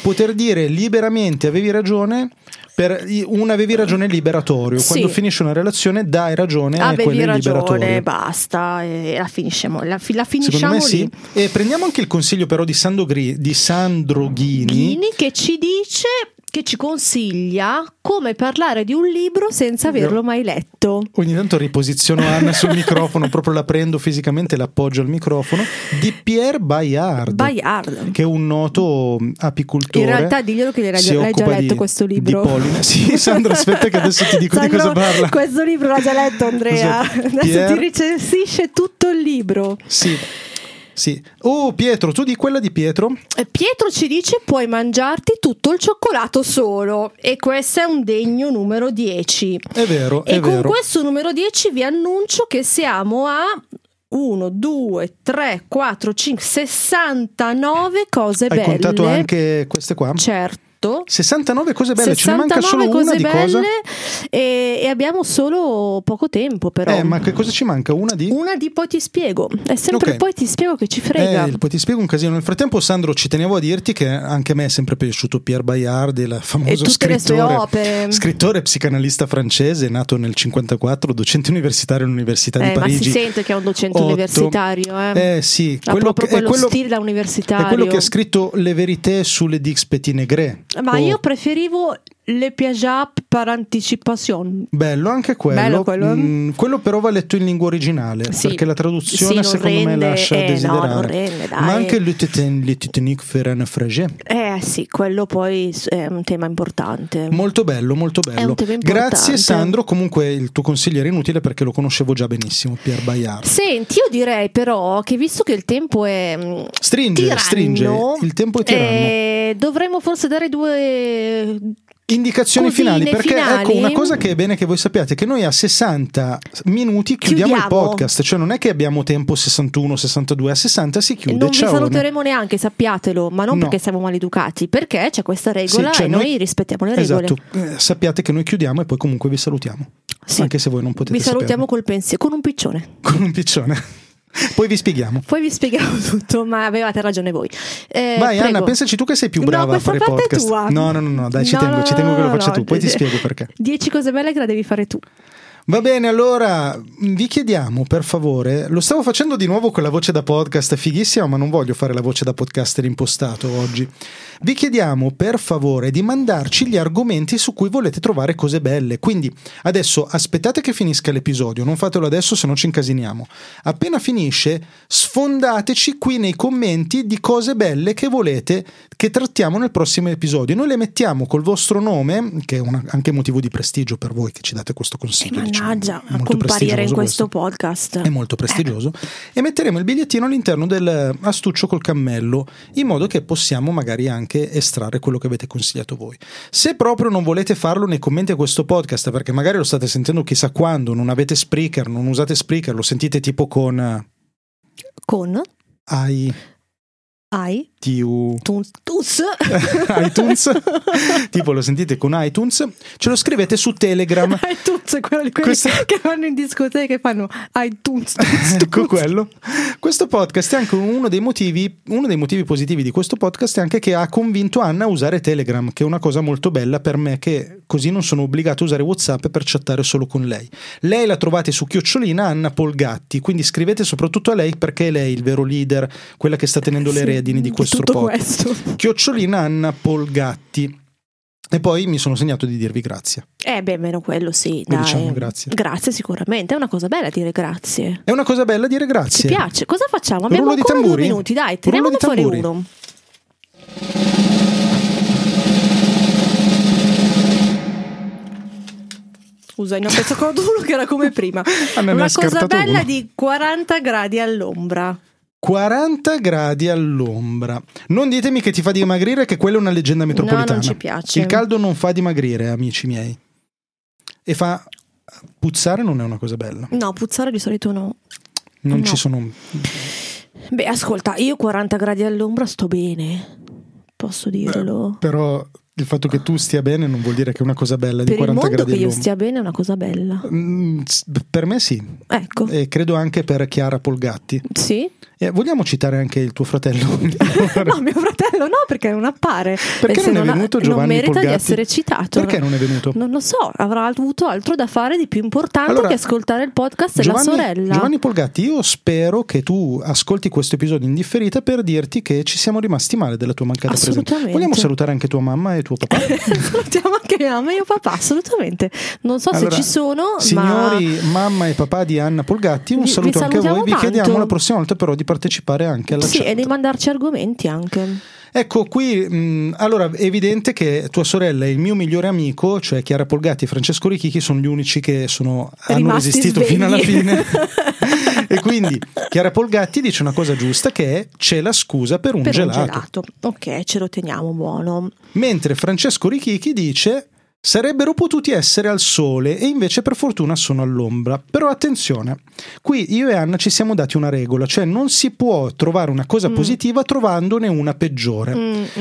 Speaker 4: poter dire liberamente avevi ragione per i- un avevi ragione liberatorio.
Speaker 3: Sì.
Speaker 4: Quando finisce una relazione dai ragione a
Speaker 3: avevi
Speaker 4: quello
Speaker 3: ragione,
Speaker 4: liberatorio.
Speaker 3: basta, e la finisciamo, la, fi- la
Speaker 4: Secondo
Speaker 3: finisciamo
Speaker 4: me
Speaker 3: lì.
Speaker 4: sì. E prendiamo anche il consiglio però di Sandro, Gri- di Sandro Ghini.
Speaker 3: Ghini che ci dice che ci consiglia come parlare di un libro senza averlo mai letto.
Speaker 4: Ogni tanto riposiziono Anna sul microfono, proprio la prendo fisicamente e l'appoggio al microfono. Di Pierre Bayard.
Speaker 3: Bayard.
Speaker 4: che è un noto mh, apicoltore.
Speaker 3: In realtà diglielo che l'hai-
Speaker 4: si
Speaker 3: l'hai già
Speaker 4: occupa
Speaker 3: letto
Speaker 4: di-
Speaker 3: questo
Speaker 4: di
Speaker 3: libro.
Speaker 4: polline. Sì, Sandra, aspetta che adesso ti dico di cosa
Speaker 3: Sandro,
Speaker 4: parla.
Speaker 3: Questo libro l'ha già letto Andrea.
Speaker 4: Esatto.
Speaker 3: Adesso
Speaker 4: Pier-
Speaker 3: ti recensisce tutto il libro.
Speaker 4: Sì. Sì. Oh, Pietro, tu di quella di Pietro?
Speaker 3: E Eh, Pietro ci dice puoi mangiarti tutto il cioccolato solo e questo è un degno numero 10.
Speaker 4: È vero,
Speaker 3: E
Speaker 4: è
Speaker 3: con
Speaker 4: vero.
Speaker 3: questo numero 10 vi annuncio che siamo a 1, 2, 3, 4, 5, 69 cose
Speaker 4: Hai
Speaker 3: belle.
Speaker 4: contato anche queste qua?
Speaker 3: Certo.
Speaker 4: 69 cose belle, ce ne
Speaker 3: 69
Speaker 4: manca solo
Speaker 3: cose
Speaker 4: una di
Speaker 3: belle
Speaker 4: cosa?
Speaker 3: E, e abbiamo solo poco tempo però.
Speaker 4: Eh, ma che cosa ci manca? Una di?
Speaker 3: Una di poi ti spiego. È sempre
Speaker 4: Ok.
Speaker 3: poi ti spiego che ci frega.
Speaker 4: Eh, il- poi ti spiego un casino. Nel frattempo, Sandro, ci tenevo a dirti che anche a me è sempre piaciuto Pierre Bayard, il famoso
Speaker 3: E tutte
Speaker 4: scrittore,
Speaker 3: le sue opere.
Speaker 4: scrittore e psicanalista francese, nato nel 54, docente universitario all'Università
Speaker 3: Eh,
Speaker 4: di
Speaker 3: ma si
Speaker 4: Parigi.
Speaker 3: sente che è un docente
Speaker 4: Otto.
Speaker 3: universitario, eh.
Speaker 4: Eh sì,
Speaker 3: ha proprio
Speaker 4: che- è
Speaker 3: quello, stile da universitario.
Speaker 4: È quello che ha scritto Le verità sulle dix petite negre.
Speaker 3: Ma
Speaker 4: Oh,
Speaker 3: io preferivo le piagiap per anticipation.
Speaker 4: Bello anche quello.
Speaker 3: Bello quello.
Speaker 4: Mm, quello però va letto in lingua originale
Speaker 3: Sì.
Speaker 4: perché la
Speaker 3: Sì,
Speaker 4: traduzione
Speaker 3: non
Speaker 4: secondo me
Speaker 3: rende-
Speaker 4: lascia
Speaker 3: eh, no,
Speaker 4: desiderare.
Speaker 3: non rende, dai.
Speaker 4: Ma anche Le Tétin- Le Tétanique Ferran Fragé.
Speaker 3: Eh sì, quello poi s- è un tema importante.
Speaker 4: Molto bello, molto bello.
Speaker 3: È un tema importante.
Speaker 4: Grazie Sandro, comunque il tuo consiglio era inutile perché lo conoscevo già benissimo, Pier Bayard.
Speaker 3: Senti, io direi però che visto che il tempo è mm,
Speaker 4: Stringe,
Speaker 3: tiranno,
Speaker 4: stringe, il tempo è tiranno.
Speaker 3: eh, dovremmo forse dare due
Speaker 4: Indicazioni
Speaker 3: Cosine
Speaker 4: finali, perché
Speaker 3: finali?
Speaker 4: ecco una cosa che è bene che voi sappiate, che noi a 60 minuti chiudiamo, il
Speaker 3: Chiudiamo.
Speaker 4: podcast, cioè non è che abbiamo tempo 61, 62, a 60 si chiude,
Speaker 3: non
Speaker 4: ciao.
Speaker 3: vi saluteremo neanche, sappiatelo, ma non
Speaker 4: No.
Speaker 3: perché siamo maleducati, perché c'è questa
Speaker 4: Sì,
Speaker 3: regola
Speaker 4: cioè
Speaker 3: e noi, rispettiamo le regole.
Speaker 4: Esatto, eh, sappiate che noi chiudiamo e poi comunque vi salutiamo,
Speaker 3: Sì.
Speaker 4: anche se voi non potete
Speaker 3: Vi salutiamo col
Speaker 4: saperlo.
Speaker 3: pensiero, con un piccione.
Speaker 4: con un piccione. poi vi spieghiamo.
Speaker 3: Poi vi spieghiamo tutto, ma avevate ragione voi. Eh,
Speaker 4: Vai
Speaker 3: prego.
Speaker 4: Anna, pensaci tu che sei più
Speaker 3: No,
Speaker 4: brava a
Speaker 3: questa
Speaker 4: fare
Speaker 3: parte è
Speaker 4: podcast.
Speaker 3: tua.
Speaker 4: No, no, no, no, dai, ci
Speaker 3: No,
Speaker 4: tengo, ci tengo che lo
Speaker 3: no,
Speaker 4: faccia
Speaker 3: no.
Speaker 4: tu, poi ti spiego perché.
Speaker 3: Dieci cose belle che la devi fare tu.
Speaker 4: Va bene, allora vi chiediamo per favore, lo stavo facendo di nuovo con la voce da podcast, è fighissima, ma non voglio fare la voce da podcaster impostato oggi. Vi chiediamo per favore di mandarci gli argomenti su cui volete trovare cose belle. Quindi adesso aspettate che finisca l'episodio, non fatelo adesso se no ci incasiniamo. Appena finisce, sfondateci qui nei commenti di cose belle che volete che trattiamo nel prossimo episodio. Noi le mettiamo col vostro nome, che è una- anche motivo di prestigio per voi che ci date questo consiglio. diciamo,
Speaker 3: Mannaggia, a
Speaker 4: molto
Speaker 3: comparire in
Speaker 4: prestigioso
Speaker 3: questo Eh. podcast.
Speaker 4: È molto prestigioso. E metteremo il bigliettino all'interno del eh, astuccio col cammello, in modo che possiamo magari anche estrarre quello che avete consigliato voi. Se proprio non volete farlo nei commenti a questo podcast, perché magari lo state sentendo chissà quando, non avete Spreaker, non usate Spreaker, lo sentite tipo con eh,
Speaker 3: Con
Speaker 4: i-
Speaker 3: ai
Speaker 4: tu-
Speaker 3: tuns, tus.
Speaker 4: iTunes, tipo lo sentite con iTunes, ce lo scrivete su Telegram.
Speaker 3: Ai tuns, è quello di quelli
Speaker 4: Questo-
Speaker 3: che vanno in discoteca e fanno ai tuns, tuns,
Speaker 4: Ecco
Speaker 3: tuns.
Speaker 4: quello. Questo podcast è anche uno dei motivi, uno dei motivi positivi di questo podcast è anche che ha convinto Anna a usare Telegram, che è una cosa molto bella per me che così non sono obbligato a usare WhatsApp per chattare solo con lei. Lei la trovate su Chiocciolina Anna Polgatti, quindi scrivete soprattutto a lei perché lei è il vero leader, quella che sta tenendo le
Speaker 3: Sì,
Speaker 4: redini di questo
Speaker 3: tutto
Speaker 4: podcast.
Speaker 3: questo.
Speaker 4: Chiocciolina Anna Polgatti. E poi mi sono segnato di dirvi grazie.
Speaker 3: Eh beh, meno quello sì, dai.
Speaker 4: diciamo grazie.
Speaker 3: Grazie sicuramente, è una cosa bella dire grazie.
Speaker 4: È una cosa bella dire
Speaker 3: Ci
Speaker 4: grazie.
Speaker 3: piace. Cosa facciamo?
Speaker 4: Rullo
Speaker 3: Abbiamo
Speaker 4: di
Speaker 3: ancora due
Speaker 4: tamburi?
Speaker 3: minuti, dai,
Speaker 4: Rullo
Speaker 3: tiriamo
Speaker 4: di
Speaker 3: fuori
Speaker 4: tamburi.
Speaker 3: uno. scusa, in una pezza corduro che era come prima.
Speaker 4: A me ne
Speaker 3: una
Speaker 4: ha
Speaker 3: cosa
Speaker 4: scartato
Speaker 3: bella
Speaker 4: uno.
Speaker 3: di 40 gradi all'ombra.
Speaker 4: 40 gradi all'ombra. Non ditemi che ti fa dimagrire, che quella è una leggenda metropolitana.
Speaker 3: non ci piace.
Speaker 4: Il caldo non fa dimagrire, amici miei. E fa puzzare non è una cosa bella.
Speaker 3: No, puzzare di solito no.
Speaker 4: Non
Speaker 3: No.
Speaker 4: ci sono
Speaker 3: Beh, ascolta, io 40 gradi all'ombra sto bene. Posso dirlo.
Speaker 4: però il fatto che tu stia bene non vuol dire che è una cosa bella di
Speaker 3: per il
Speaker 4: 40
Speaker 3: mondo
Speaker 4: gradi
Speaker 3: che io
Speaker 4: all'ombra.
Speaker 3: stia bene è una cosa bella.
Speaker 4: Mm, s- Per me sì.
Speaker 3: Ecco.
Speaker 4: E credo anche per Chiara Polgatti.
Speaker 3: Sì?
Speaker 4: E vogliamo citare anche il tuo fratello?
Speaker 3: No, mio fratello no, perché non appare.
Speaker 4: Perché
Speaker 3: E se
Speaker 4: non è
Speaker 3: ha-
Speaker 4: venuto Giovanni
Speaker 3: Non merita
Speaker 4: Polgatti?
Speaker 3: di essere citato.
Speaker 4: Perché non è venuto?
Speaker 3: Non lo so, avrà avuto altro da fare di più importante
Speaker 4: Allora,
Speaker 3: che ascoltare il podcast della sorella.
Speaker 4: Giovanni Polgatti, io spero che tu ascolti questo episodio in differita per dirti che ci siamo rimasti male della tua mancata presenza.
Speaker 3: Assolutamente.
Speaker 4: Vogliamo salutare anche tua mamma e tuo papà?
Speaker 3: Salutiamo anche mia mamma e mio papà, assolutamente. Non so
Speaker 4: Allora,
Speaker 3: se ci sono, ma
Speaker 4: Signori, mamma e papà di Anna Polgatti, un
Speaker 3: Vi- vi
Speaker 4: saluto anche a voi.
Speaker 3: salutiamo
Speaker 4: Vi
Speaker 3: tanto.
Speaker 4: chiediamo la prossima volta però di partecipare anche alla
Speaker 3: sì,
Speaker 4: chat.
Speaker 3: e di mandarci argomenti anche.
Speaker 4: Ecco, qui mh, allora è evidente che tua sorella e il mio migliore amico, cioè Chiara Polgatti e Francesco Richichi, sono gli unici che sono- hanno
Speaker 3: Rimasti
Speaker 4: resistito
Speaker 3: svegli.
Speaker 4: fino alla fine. e quindi Chiara Polgatti dice una cosa giusta che è c'è la scusa per un,
Speaker 3: per
Speaker 4: gelato.
Speaker 3: un gelato. Ok, ce lo teniamo buono.
Speaker 4: Mentre Francesco Richichi dice sarebbero potuti essere al sole e invece per fortuna sono all'ombra. Però attenzione, qui io e Anna ci siamo dati una regola, cioè non si può trovare una
Speaker 3: Mm.
Speaker 4: cosa positiva trovandone una peggiore.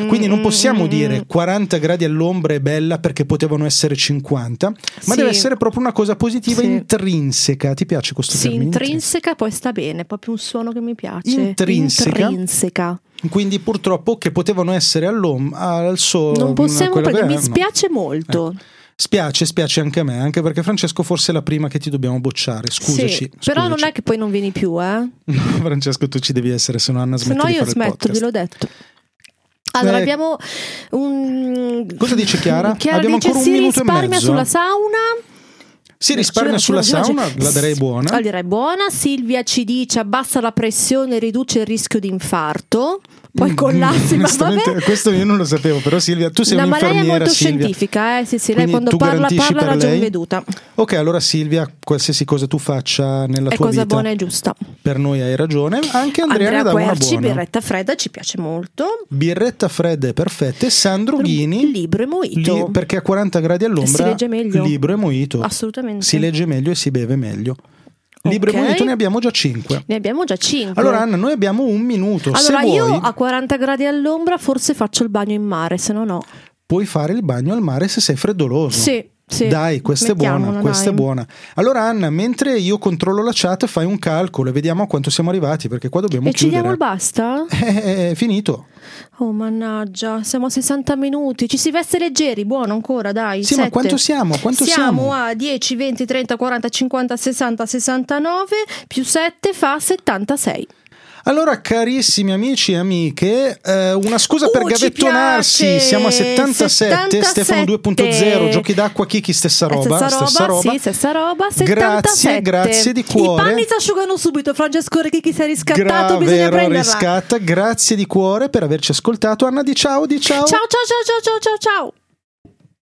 Speaker 4: Quindi non possiamo
Speaker 3: mm,
Speaker 4: dire 40 gradi all'ombra è bella perché potevano essere 50, ma
Speaker 3: Sì.
Speaker 4: deve essere proprio una cosa positiva
Speaker 3: Sì.
Speaker 4: intrinseca. Ti piace questo
Speaker 3: Sì,
Speaker 4: termine?
Speaker 3: intrinseca, poi sta bene, è proprio un suono che mi piace.
Speaker 4: Intrinseca?
Speaker 3: Intrinseca.
Speaker 4: Quindi purtroppo che potevano essere all'ombra al sole
Speaker 3: Non possiamo
Speaker 4: Oh, quella-
Speaker 3: perché mi
Speaker 4: no. Eh.
Speaker 3: spiace molto.
Speaker 4: Spiace, spiace anche a me, anche perché Francesco forse è la prima che ti dobbiamo bocciare. Scusaci.
Speaker 3: Sì, Però non è che poi non vieni più, eh.
Speaker 4: scusaci. Francesco, tu ci devi essere, se no Anna
Speaker 3: Se
Speaker 4: smette
Speaker 3: no
Speaker 4: di
Speaker 3: io
Speaker 4: fare il
Speaker 3: smetto,
Speaker 4: podcast.
Speaker 3: ve l'ho detto. Allora
Speaker 4: Eh,
Speaker 3: abbiamo un
Speaker 4: Cosa dice Chiara?
Speaker 3: Chiara
Speaker 4: Abbiamo
Speaker 3: dice
Speaker 4: ancora un
Speaker 3: si
Speaker 4: minuto e
Speaker 3: risparmia
Speaker 4: mezzo.
Speaker 3: sulla sauna. Cioè,
Speaker 4: Si risparmia sulla sauna, la darei buona.
Speaker 3: La direi buona. Silvia ci dice abbassa la pressione, riduce il rischio di infarto. Poi collassi, ma
Speaker 4: Mm, Onestamente,
Speaker 3: vabbè.
Speaker 4: questo io non lo sapevo, però Silvia, tu sei
Speaker 3: No, ma lei è
Speaker 4: un'infermiera,
Speaker 3: molto
Speaker 4: Silvia.
Speaker 3: scientifica, eh? Sì, sì, lei
Speaker 4: Quindi
Speaker 3: quando
Speaker 4: tu
Speaker 3: parla
Speaker 4: garantisci
Speaker 3: parla
Speaker 4: per
Speaker 3: ragion
Speaker 4: lei?
Speaker 3: veduta.
Speaker 4: Ok, allora Silvia, qualsiasi cosa tu faccia nella
Speaker 3: È
Speaker 4: tua
Speaker 3: cosa
Speaker 4: vita,
Speaker 3: buona e giusta.
Speaker 4: per noi hai ragione. Anche Andrea, ne dà una
Speaker 3: Querci,
Speaker 4: buona.
Speaker 3: birretta fredda, ci piace molto.
Speaker 4: Birretta fredda e perfetta e Sandro Ghini
Speaker 3: libro e mojito.
Speaker 4: li- perché a 40 gradi all'ombra
Speaker 3: Si legge meglio.
Speaker 4: libro e mojito
Speaker 3: Assolutamente.
Speaker 4: si legge meglio e si beve meglio libro e
Speaker 3: Ok.
Speaker 4: mojito ne abbiamo già 5
Speaker 3: Ne abbiamo già 5.
Speaker 4: allora Anna noi abbiamo un minuto
Speaker 3: Allora,
Speaker 4: se
Speaker 3: io
Speaker 4: vuoi
Speaker 3: a 40 gradi all'ombra forse faccio il bagno in mare, se no no.
Speaker 4: puoi fare il bagno al mare se sei freddoloso
Speaker 3: Sì, sì.
Speaker 4: Dai, questa è buona,
Speaker 3: Mettiamola,
Speaker 4: questa
Speaker 3: dai.
Speaker 4: è buona. Allora Anna, mentre io controllo la chat, fai un calcolo e vediamo a quanto siamo arrivati, perché qua dobbiamo
Speaker 3: E ci diamo
Speaker 4: chiudere.
Speaker 3: il basta?
Speaker 4: Eh, è finito.
Speaker 3: Oh mannaggia, siamo a 60 minuti, ci si veste leggeri, buono ancora, dai.
Speaker 4: Sì, ma
Speaker 3: sette.
Speaker 4: quanto siamo? Quanto siamo?
Speaker 3: a 10, 20, 30, 40, 50, 60, 69, più 7 fa 76.
Speaker 4: Allora, carissimi amici e amiche, eh, una scusa
Speaker 3: Uh,
Speaker 4: per
Speaker 3: ci
Speaker 4: gavettonarsi.
Speaker 3: piace!
Speaker 4: Siamo a 77,
Speaker 3: 77.
Speaker 4: Stefano 2.0, giochi d'acqua, Kiki, stessa roba.
Speaker 3: Eh, stessa roba, sì, stessa roba. 77.
Speaker 4: Grazie, grazie di
Speaker 3: I panni
Speaker 4: cuore.
Speaker 3: si asciugano subito, Francesco Ricchi si è riscattato,
Speaker 4: Gra-
Speaker 3: bisogna
Speaker 4: vero,
Speaker 3: prenderla.
Speaker 4: riscatta. Grazie di cuore per averci ascoltato. Anna, di ciao, di ciao.
Speaker 3: ciao, ciao, ciao, ciao, ciao, ciao.